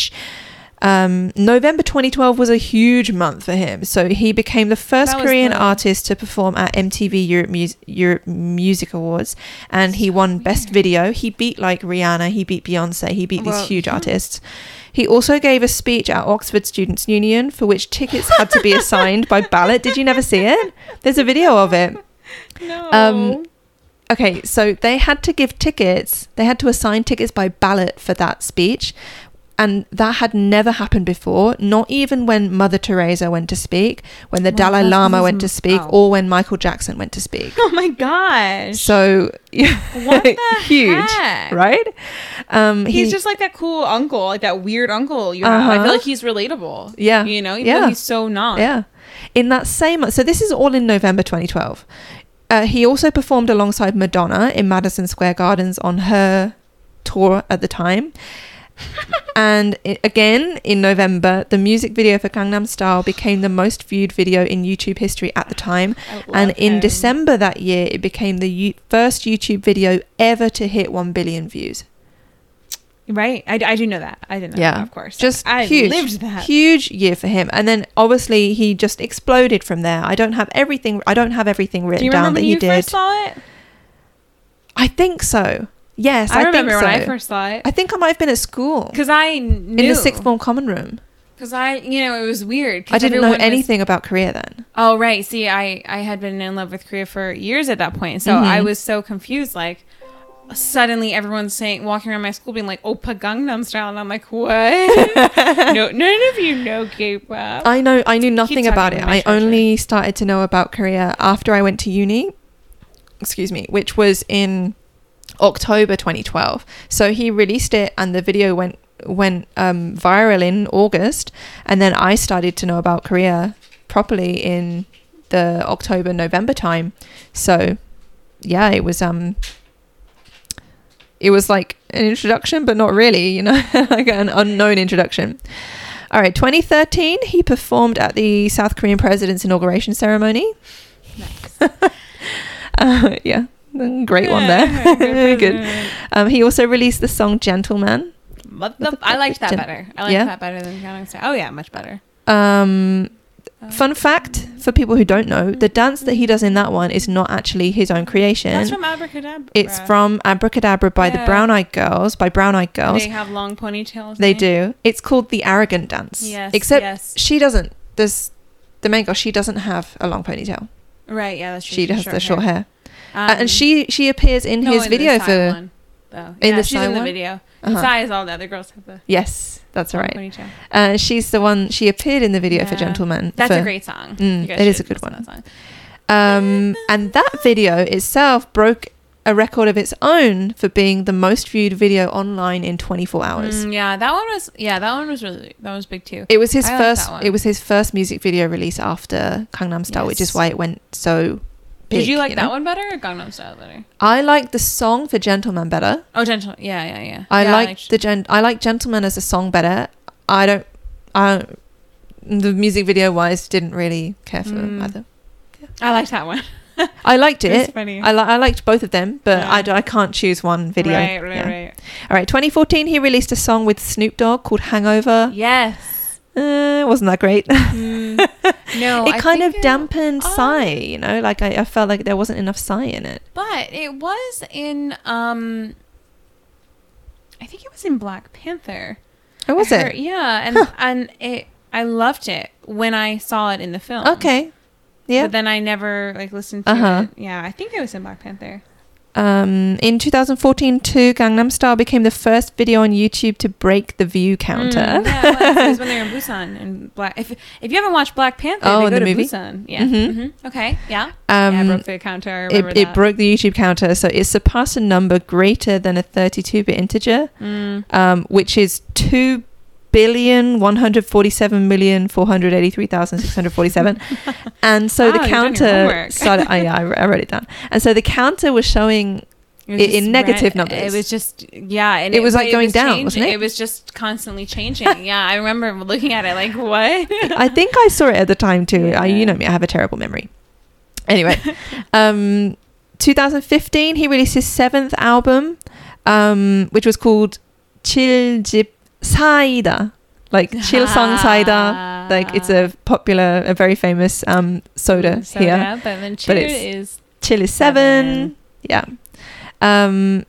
A: Um, November 2012 was a huge month for him, so he became the first
B: That was
A: Korean
B: the-
A: artist to perform at MTV Europe, Mus- Europe Music Awards, and he won Best Video. He beat like Rihanna, he beat Beyonce, he beat
B: Well,
A: these huge artists. He also gave a speech at Oxford Students' Union for which tickets had to be assigned by ballot. Did you never see it? There's a video of it.
B: No.
A: Um, Okay, so they had to give tickets, they had to assign tickets by ballot for that speech. And that had never happened before, not even when Mother Teresa went to speak, when the
B: Well,
A: Dalai
B: that's-
A: Lama
B: this
A: went
B: is-
A: to speak,
B: oh.
A: or when Michael Jackson went to speak.
B: oh my gosh.
A: So,
B: What the
A: huge,
B: heck?
A: right? Um,
B: he's
A: he-
B: just like that cool uncle, like that weird uncle you have. I
A: Uh-huh.
B: feel like he's relatable.
A: Yeah.
B: You know, even though
A: Yeah.
B: he's so not.
A: Yeah. In that same month, so this is all in November 2012. Uh, he also performed alongside Madonna in Madison Square Gardens on her tour at the time. and i again in November, the music video for Gangnam Style became the most viewed video in YouTube history at the time.
B: I love
A: And in
B: him.
A: December that year, it became the you- first YouTube video ever to hit 1 billion views.
B: Right. I, I do know that. I didn't know that, of course.
A: Just
B: I
A: huge,
B: lived that.
A: Huge year for him. And then obviously he just exploded from there. I don't have everything I don't have everything
B: do
A: written
B: you
A: down
B: remember
A: that
B: when
A: he
B: you
A: did.
B: first saw it?
A: I think so. Yes, I,
B: I, remember
A: think
B: when
A: so.
B: I first saw it.
A: I think I might have been at school.
B: Because I knew.
A: In the sixth form common room.
B: Because I, you know, it was weird. 'cause
A: I didn't know
B: everyone was-
A: anything about Korea then.
B: oh, right. See, I, I had been in love with Korea for years at that point. So I
A: Mm-hmm.
B: was so confused. Like, suddenly everyone's saying, walking around my school being like, Opa Gangnam Style. And I'm like, what? no, none of you know K pop.
A: I know I knew nothing
B: talking
A: about
B: when
A: it.
B: I
A: I
B: charge
A: only started to know about Korea after I went to uni. Excuse me, which was in October 2012. So he released it, and the video went went um, viral in August, and then I started to know about Korea properly in the October November time. So yeah, it was um, it was like an introduction, but not really, you know, like an unknown introduction. All right, 2013, he performed at the South Korean president's inauguration ceremony. uh, yeah, Oh, great one there. Good. Um, he also released the song Gentleman.
B: What the, I liked that
A: Jen-
B: better. I liked
A: Yeah?
B: that better than Gangnam Style. Oh, yeah, much better.
A: Um, fun fact for people who don't know, the dance that he does in that one is not actually his own creation.
B: That's from Abracadabra.
A: it's from Abracadabra by the
B: Yeah.
A: Brown Eyed Girls, by Brown Eyed Girls.
B: They have long ponytails.
A: They
B: right?
A: do. It's called the arrogant dance.
B: Yes,
A: Except
B: yes.
A: she doesn't. There's the main girl. She doesn't have a long ponytail.
B: Right, yeah, that's true.
A: She has the short hair,
B: Um,
A: A- Uh, and she she appears in
B: no,
A: his
B: in the
A: video
B: side
A: for.
B: one, though.
A: in
B: Yeah,
A: the
B: she's
A: side
B: in the
A: one?
B: video.
A: Uh-huh.
B: Besides all the other girls have the
A: Yes, that's
B: long
A: right.
B: ponytail.
A: Uh, she's the one. She appeared in the video for
B: Yeah.
A: Gentleman.
B: That's a
A: for-
B: great song.
A: Mm,
B: You guys
A: it is
B: should
A: a good
B: listen to
A: one.
B: that song.
A: Um, and that video itself broke a record of its own for being the most viewed video online in 24 hours.
B: Mm, yeah, that one was. Yeah, that one was really. That was big too.
A: It was his
B: I like
A: first.
B: that one.
A: it was his first music video release after Gangnam Style, which
B: Yes.
A: is why it went so. Big,
B: Did you like
A: know?
B: that one better or Gangnam Style better?
A: I like the song for Gentleman better.
B: Oh, gentle. Yeah, yeah, yeah.
A: I
B: yeah,
A: like
B: liked-
A: the gen- I like Gentleman as a song better. I don't. I don't, the music video wise didn't really care for
B: Mm.
A: either.
B: I liked that one.
A: I liked it.
B: It's funny.
A: I, li- I liked both of them, but
B: Yeah.
A: I, d- I can't choose one video.
B: Right, right,
A: Yeah.
B: right.
A: All right, 2014, he released a song with Snoop Dogg called Hangover.
B: Yes.
A: Uh, wasn't that great?
B: Mm. No, I
A: it kind of
B: think it-
A: dampened
B: Oh.
A: Psy, you know? Like, I, I felt like there wasn't enough Psy in it.
B: But it was in um I think it was in Black Panther.
A: Or was
B: I heard-
A: it?
B: Yeah, and
A: Huh.
B: and it I loved it when I saw it in the film.
A: Okay. Yeah.
B: But then I never like listened to
A: Uh-huh.
B: it. Yeah, I think it was in Black Panther.
A: Um, in 2014, too, Gangnam Style became the first video on YouTube to break the view counter.
B: Mm, yeah, it was. It was when they were in Busan and Black. If if you haven't watched Black Panther,
A: Oh,
B: they
A: in
B: go to
A: the movie?
B: Busan. Yeah.
A: Mhm.
B: mhm. Okay. Yeah.
A: Um,
B: yeah, I broke the counter. I remember
A: it,
B: that.
A: it broke the YouTube counter, so it surpassed a number greater than a 32-bit integer,
B: Mm.
A: um, which is two billion one hundred forty-seven million four hundred eighty-three thousand six hundred forty-seven. and so
B: Wow,
A: the
B: you've done Oh, your
A: counter oh,
B: homework.
A: started. I, I, I wrote it down, and so the counter was showing
B: was
A: I- in
B: just
A: negative
B: ran-
A: numbers.
B: It was just yeah, and
A: It was, like,
B: but
A: going down, wasn't
B: changing-
A: it?
B: It was just constantly changing. yeah, I remember looking at it like what?
A: I think I saw it at the time too. I, you know me, I have a terrible memory. Anyway, um, 2015, he released his seventh album, um, which was called Chill Jip Saida. Like Chill Song Saida. Like it's a popular, a very famous um, soda, here.
B: but then
A: But
B: cheer
A: it's-
B: is
A: Chill is seven. Yeah. Um,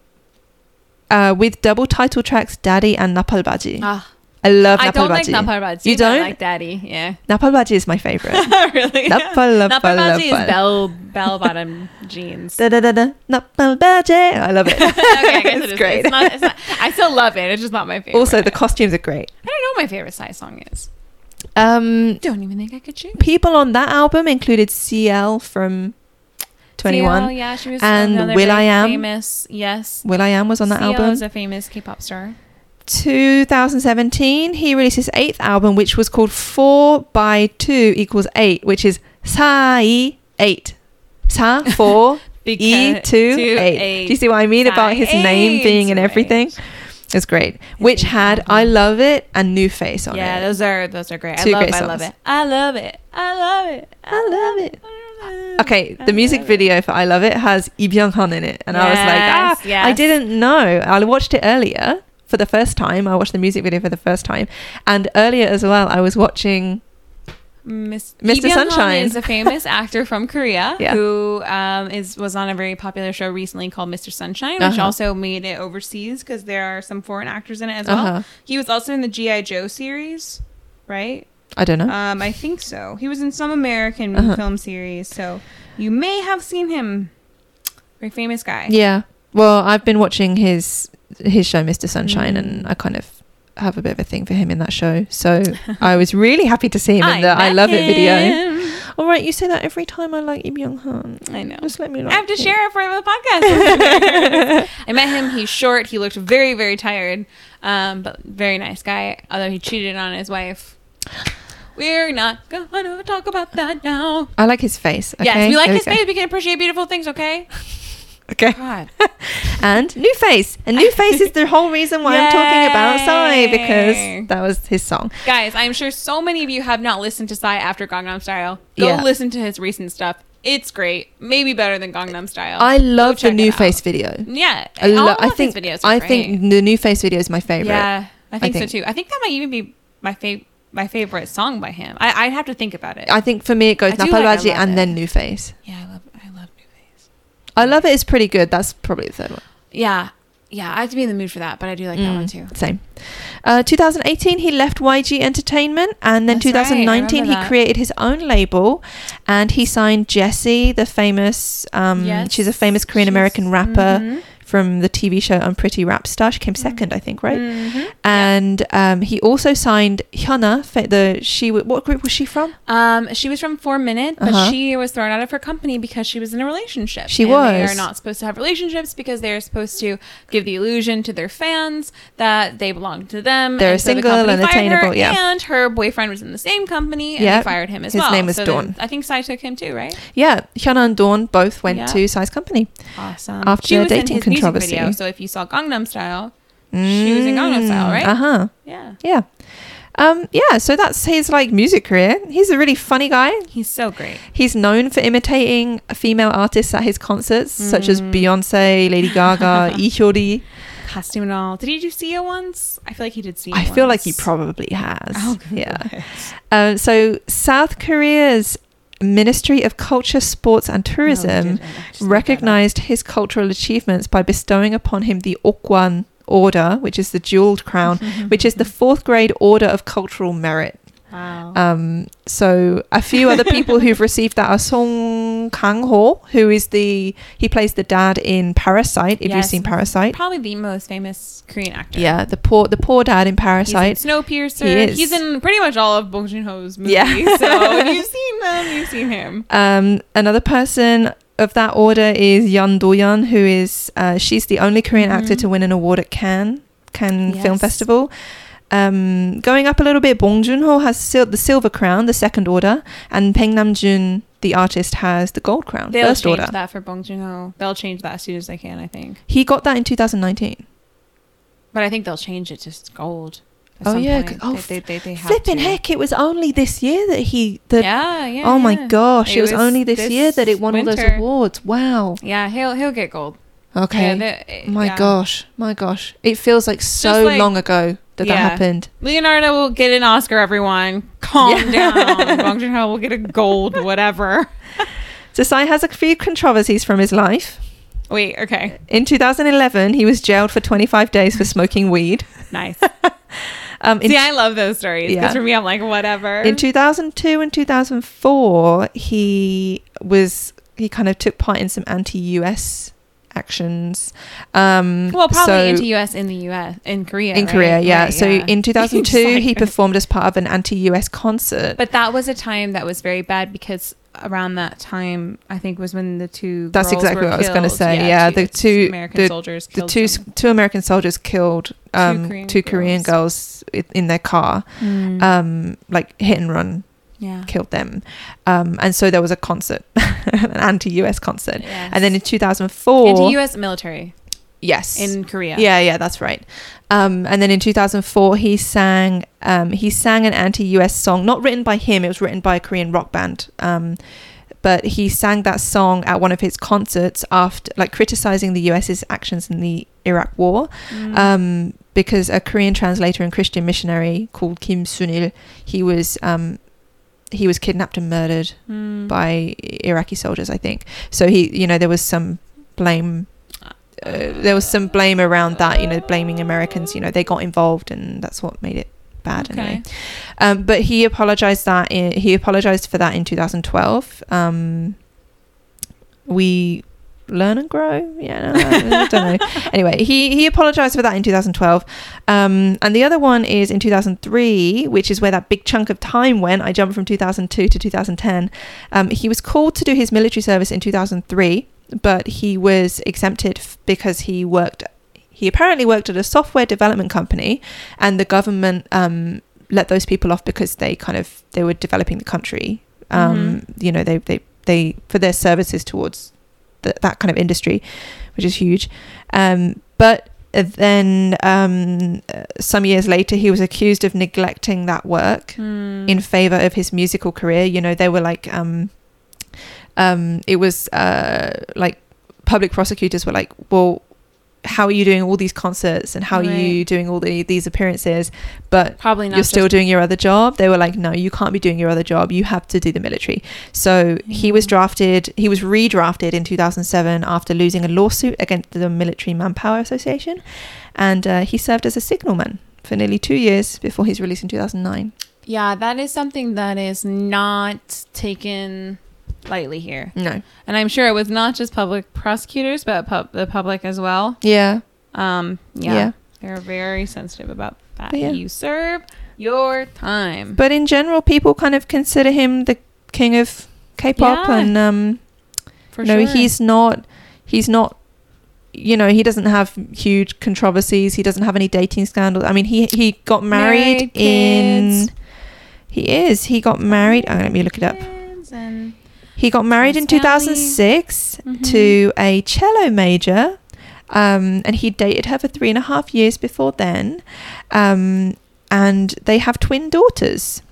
A: uh, with double title tracks Daddy and Napalbaji.
B: ah,
A: I love
B: I don't like
A: Napalbaji.
B: napalbaji.
A: You
B: but I
A: don't?
B: like daddy? Yeah,
A: Napalbaji is my favorite.
B: really.
A: Napalbaji
B: Napalbaji is bell bell bottom jeans.
A: Da da da da, not my budget. I love it.
B: okay, I guess
A: It's
B: it is.
A: great.
B: It's not, it's not, I still love it. It's just not my favorite.
A: also, the costumes are great.
B: I don't know what my favorite Psy song is.
A: Um,
B: Don't even think I could choose.
A: people on that album included CL from Twenty
B: CL,
A: One.
B: yeah, she was
A: and
B: another
A: Will I
B: very
A: Am.
B: famous. Yes,
A: Will I Am was on that
B: CL
A: album.
B: is a famous K-pop star.
A: 2017, he released his eighth album, which was called Four by Two Equals Eight, which is Sai Eight. Sa four E
B: Because-
A: two
B: two,
A: eight.
B: eight.
A: Do you see what I mean about his
B: Sai
A: name
B: eight.
A: being in everything? It's great. Which
B: eighth
A: had
B: album.
A: I Love It and New Face on
B: Yeah,
A: it.
B: those are those are great.
A: Two
B: I love
A: great
B: I love
A: songs.
B: it. I love it. I love it.
A: I love it.
B: I love it.
A: Okay,
B: I
A: the music
B: love it.
A: video for I Love It has Lee Byung Hun in it. And I was
B: Yes,
A: like, ah, I
B: yes.
A: didn't know. I watched it earlier for the first time. I watched the music video for the first time. And earlier as well, I was watching,
B: Miss,
A: Mr.
B: Lee Byung-hun
A: Sunshine.
B: is a famous actor from Korea
A: Yeah.
B: who um, is was on a very popular show recently called Mr. Sunshine, which
A: Uh-huh.
B: also made it overseas because there are some foreign actors in it as well.
A: Uh-huh.
B: He was also in the GI Joe series, right?
A: I don't know.
B: Um, I think so. He was in some American
A: Uh-huh.
B: film series, so you may have seen him. Very famous guy.
A: yeah. Well, I've been watching his his show, Mr. Sunshine,
B: Mm.
A: and I kind of have a bit of a thing for him in that show. So I was really happy to see him in the I
B: met
A: Love It video.
B: him.
A: All right, you say that every time I like Lee Byung Hun.
B: I know.
A: Just let me like
B: I have to
A: him.
B: share it for the podcast. I met him. He's short. He looked very, very tired, um, but very nice guy. Although he cheated on his wife. We're not gonna talk about that now.
A: I like his face. Okay?
B: Yes, we like
A: There
B: his
A: go.
B: face. We can appreciate beautiful things. Okay.
A: Okay.
B: God.
A: and new face and new face is the whole reason why i'm talking about psy
B: Yay.
A: because that was his song
B: Guys, I'm sure so many of you have not listened to Psy after Gangnam Style. Go
A: Yeah.
B: listen to his recent stuff. It's great. Maybe better than Gangnam Style.
A: i love the
B: check it
A: new
B: out.
A: face video
B: yeah.
A: I, lo-
B: all
A: I
B: of his
A: think
B: videos are
A: i
B: great.
A: think the new face video is my favorite
B: Yeah, I think,
A: think.
B: so too. I think that might even be my fav- my favorite song by him. I I'd have to think about it.
A: i think for me it goes
B: I do like I
A: napalbaji
B: Love
A: and
B: It.
A: then new face
B: yeah, I love I love New Face.
A: i love it is pretty good that's probably the third one
B: Yeah, yeah, I have to be in the mood for that, but I do like that
A: Mm.
B: one too.
A: same uh, 2018 he left yg entertainment and then
B: That's right, I
A: 2019
B: remember
A: he
B: that.
A: created his own label and he signed jessie the famous um,
B: Yes,
A: she's a famous korean
B: she's-
A: american rapper
B: mhm.
A: from the tv show unpretty rap star she came
B: Mm-hmm.
A: second i think right
B: Mhm.
A: and um, he also signed hyuna fa- the she w- what group was she from
B: Um, she was from Four Minute, but
A: Uh-huh.
B: she was thrown out of her company because she was in a relationship.
A: She
B: and They
A: was.
B: are not supposed to have relationships because they are supposed to give the illusion to their fans that they belong to them.
A: They're
B: and the
A: single
B: company
A: and
B: fired her,
A: attainable, yeah.
B: And her boyfriend was in the same company, and
A: Yeah,
B: they fired him as
A: his
B: well.
A: name was
B: So then-
A: Dawn.
B: I think Psy took him too, right?
A: yeah hyuna and dawn both went
B: Yeah.
A: to size company
B: Awesome.
A: After
B: she was
A: dating
B: in his music
A: controversy.
B: video, so if you saw Gangnam Style, she was in Gangnam Style, right?
A: uh-huh
B: Yeah.
A: yeah um, yeah so that's his like music career he's a really funny guy
B: He's so great.
A: He's known for imitating female artists at his concerts, such
B: Mm.
A: as Beyonce, Lady Gaga, Ihyori.
B: Costume and all. Did he do Sia once? I feel like he did Sia.
A: I feel like he
B: once.
A: probably has.
B: Oh,
A: yeah. Um, so South Korea's Ministry of Culture, Sports and Tourism
B: didn't. I Oh, just looked
A: recognized his cultural achievements by bestowing upon him the Okwan Order, which is the jeweled crown,
B: Mm-hmm.
A: which is the fourth grade order of cultural merit.
B: Wow.
A: Um, so a few other people who've received that are Song Kang-ho, who is the he plays the dad in Parasite. If
B: Yes.
A: you've seen Parasite,
B: probably the most famous Korean actor.
A: yeah, the poor the poor dad in
B: He's in
A: Parasite.
B: Snowpiercer.
A: He is.
B: He's in pretty much all of Bong Joon-ho's movies.
A: Yeah.
B: so if you've seen them, you've seen him.
A: Um, another person of that order is Yeon Do-yeon, who is uh, she's the only Korean actor to win an award at Cannes Cannes Film
B: Mm-hmm. Yes.
A: Festival. Um, going up a little bit, Bong Joon-ho has sil- the Silver Crown, the Second Order, and Peng Nam-jun the the artist has the gold crown.
B: They'll
A: first
B: change
A: order.
B: that for Bong Joon Ho. They'll change that as soon as they can, I think.
A: He got that in 2019.
B: But I think they'll change it to gold. at
A: Oh
B: some
A: yeah.
B: point.
A: 'cause- Oh,
B: they, they, they, they have
A: flipping
B: to.
A: heck! It was only this year that he. The,
B: Yeah, yeah.
A: oh my
B: yeah.
A: gosh! It, was, only this, year that it won all those
B: winter.
A: awards. Wow.
B: Yeah, he'll he'll get gold.
A: Okay. Oh
B: they-
A: my
B: yeah.
A: gosh. My gosh. It feels like so
B: Just like-
A: long ago that
B: Yeah.
A: that happened.
B: Leonardo will get an Oscar. Everyone, calm
A: Yeah.
B: down. Bong Joon Ho will get a gold, whatever.
A: Desai has a few controversies from his life.
B: Wait, okay,
A: In 2011, he was jailed for 25 days for smoking weed.
B: nice.
A: Um, in
B: See, I love those stories because
A: Yeah.
B: for me, I'm like whatever.
A: In 2002 and 2004, he was he kind of took part in some anti-US actions. Um,
B: well, probably
A: so-
B: into U.S. in the U.S. in Korea.
A: in
B: right?
A: Korea, yeah.
B: Right,
A: so in 2002,
B: It's like-
A: he performed as part of an anti-US concert.
B: But that was a time that was very bad because around that time, I think was when the two.
A: That's
B: girls
A: exactly
B: were
A: what I was going to
B: killed.
A: say. Yeah, the two
B: American
A: the,
B: soldiers.
A: the
B: killed
A: two
B: them.
A: two American soldiers killed um, two Korean,
B: Korean Mm.
A: girls i- in their car. Um, like hit and run
B: yeah.
A: killed them. Um, and so there was a concert, an anti-US concert.
B: Yes.
A: And then in 2004,
B: into U.S. military
A: yes,
B: in Korea.
A: yeah, yeah, that's right. Um, and then in 2004, he sang um, he sang an anti-US song, not written by him. It was written by a Korean rock band. Um, but he sang that song at one of his concerts after, like, criticizing the US's actions in the Iraq War,
B: Mm. Mm-hmm.
A: um, because a Korean translator and Christian missionary called Kim Sunil, he was um, he was kidnapped and murdered
B: Mm.
A: Mm-hmm. by Iraqi soldiers, I think. So he, you know, there was some blame. Uh, there was some blame around that, you know, blaming Americans. You know, they got involved, and that's what made it bad. Anyway, um, but he apologized that in, he apologized for that in 2012. Um, we learn and grow. Yeah, no, I don't know. Anyway, he he apologized for that in 2012. Um, and the other one is in 2003, which is where that big chunk of time went. I jumped from 2002 to 2010. Um, he was called to do his military service in 2003, but he was exempted f- because he worked. He apparently worked at a software development company, and the government um, let those people off because they kind of they were developing the country. Um, You know, they they they for their services towards th- that kind of industry, which is huge. Um, but then um, uh, some years later, he was accused of neglecting that work
B: Mm.
A: in favor of his musical career. You know, they were like, um, um, it was uh, like public prosecutors were like, well, how are you doing all these concerts and how are you
B: Right.
A: doing all the, these appearances? But
B: probably not.
A: you're still
B: just-
A: doing your other job. They were like, no, you can't be doing your other job. You have to do the military. So he
B: Mm.
A: was drafted, he was redrafted in 2007 after losing a lawsuit against the Military Manpower Association. And uh, he served as a signalman for nearly two years before his release in 2009.
B: yeah, that is something that is not taken lightly here,
A: No.
B: and I'm sure it was not just public prosecutors, but pub- the public as well.
A: Yeah.
B: Um, yeah,
A: Yeah.
B: they're very sensitive about that.
A: But yeah.
B: You serve your time.
A: But in general, people kind of consider him the king of K-pop,
B: Yeah.
A: and um,
B: for
A: no,
B: sure.
A: he's not. He's not. You know, he doesn't have huge controversies. He doesn't have any dating scandals. I mean, he he got
B: Married,
A: married in.
B: kids.
A: He is. He got married. Oh, let me look it up.
B: Kids and
A: He got married
B: His
A: in
B: family. Mm-hmm.
A: 2006 to a cello major, um, and he dated her for three and a half years before then, um, and they have twin daughters.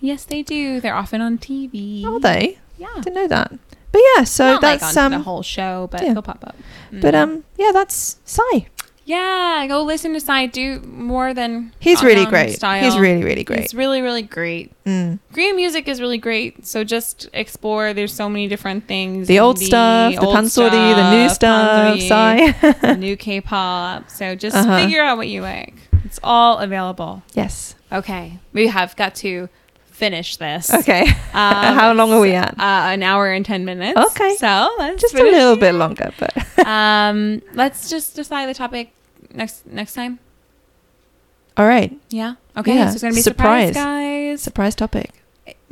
B: yes, they do. They're often on TV.
A: Are they?
B: Yeah.
A: Didn't know that. But yeah, Oh, so
B: Not
A: that's
B: like on
A: um.
B: the whole show, but
A: yeah.
B: he'll pop up.
A: But
B: Mhm.
A: um, yeah, that's Psy.
B: Yeah, go listen to Psy. Do more than
A: He's
B: Gangnam
A: really great. He's really really great.
B: He's really really great.
A: Mm.
B: Korean music is really great. So just explore. There's so many different things.
A: The old
B: indie,
A: stuff, the
B: old
A: pansori, the new stuff,
B: pansori,
A: Psy.
B: new K-pop. So just
A: Uh-huh.
B: figure out what you like. It's all available.
A: yes.
B: Okay, we have got to finish this.
A: Okay.
B: Um,
A: How long are we at?
B: Uh, an hour and ten minutes.
A: Okay.
B: So let's
A: Just a
B: finish
A: little
B: it.
A: bit longer, but
B: um, let's just decide the topic next next time.
A: all right.
B: Yeah. Okay.
A: Yeah.
B: So it's gonna be surprise,
A: Surprise.
B: guys.
A: Surprise topic.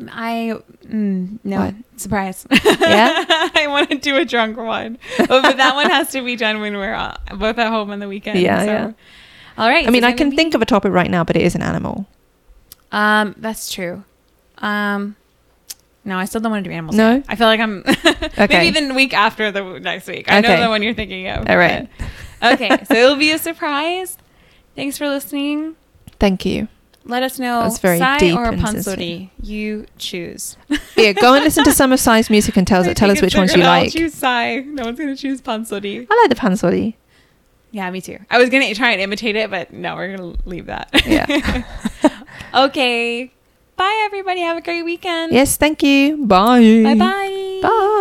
B: I mm, no
A: What?
B: surprise.
A: Yeah?
B: I want to do a drunk one, but, but that one has to be done when we're all, both at home on the weekend.
A: Yeah, yeah.
B: All right.
A: I mean,
B: so
A: I
B: it's
A: can
B: gonna
A: think of a topic right now, but it is an animal.
B: be- Um, that's true. Um, No, I still don't want to do animals.
A: No?
B: I feel like I'm
A: Okay.
B: maybe the week after the next week. I
A: Okay.
B: know the one you're thinking of.
A: All right.
B: but- okay, so it'll be a surprise. Thanks for listening.
A: Thank you.
B: Let us know
A: That's very
B: Sai
A: deep
B: or
A: and
B: Pansori. You choose.
A: Yeah, go and listen to some of Sai's music and tell,
B: I
A: us- tell
B: think
A: us which
B: it's- Oh,
A: ones you
B: I'll
A: like.
B: choose Sai. No one's gonna choose Pansori.
A: I like the pansori.
B: Yeah, me too. I was gonna try and imitate it, but no, we're gonna leave that.
A: Yeah.
B: okay. Bye everybody. Have a great weekend.
A: yes, thank you. Bye.
B: Bye bye.
A: Bye.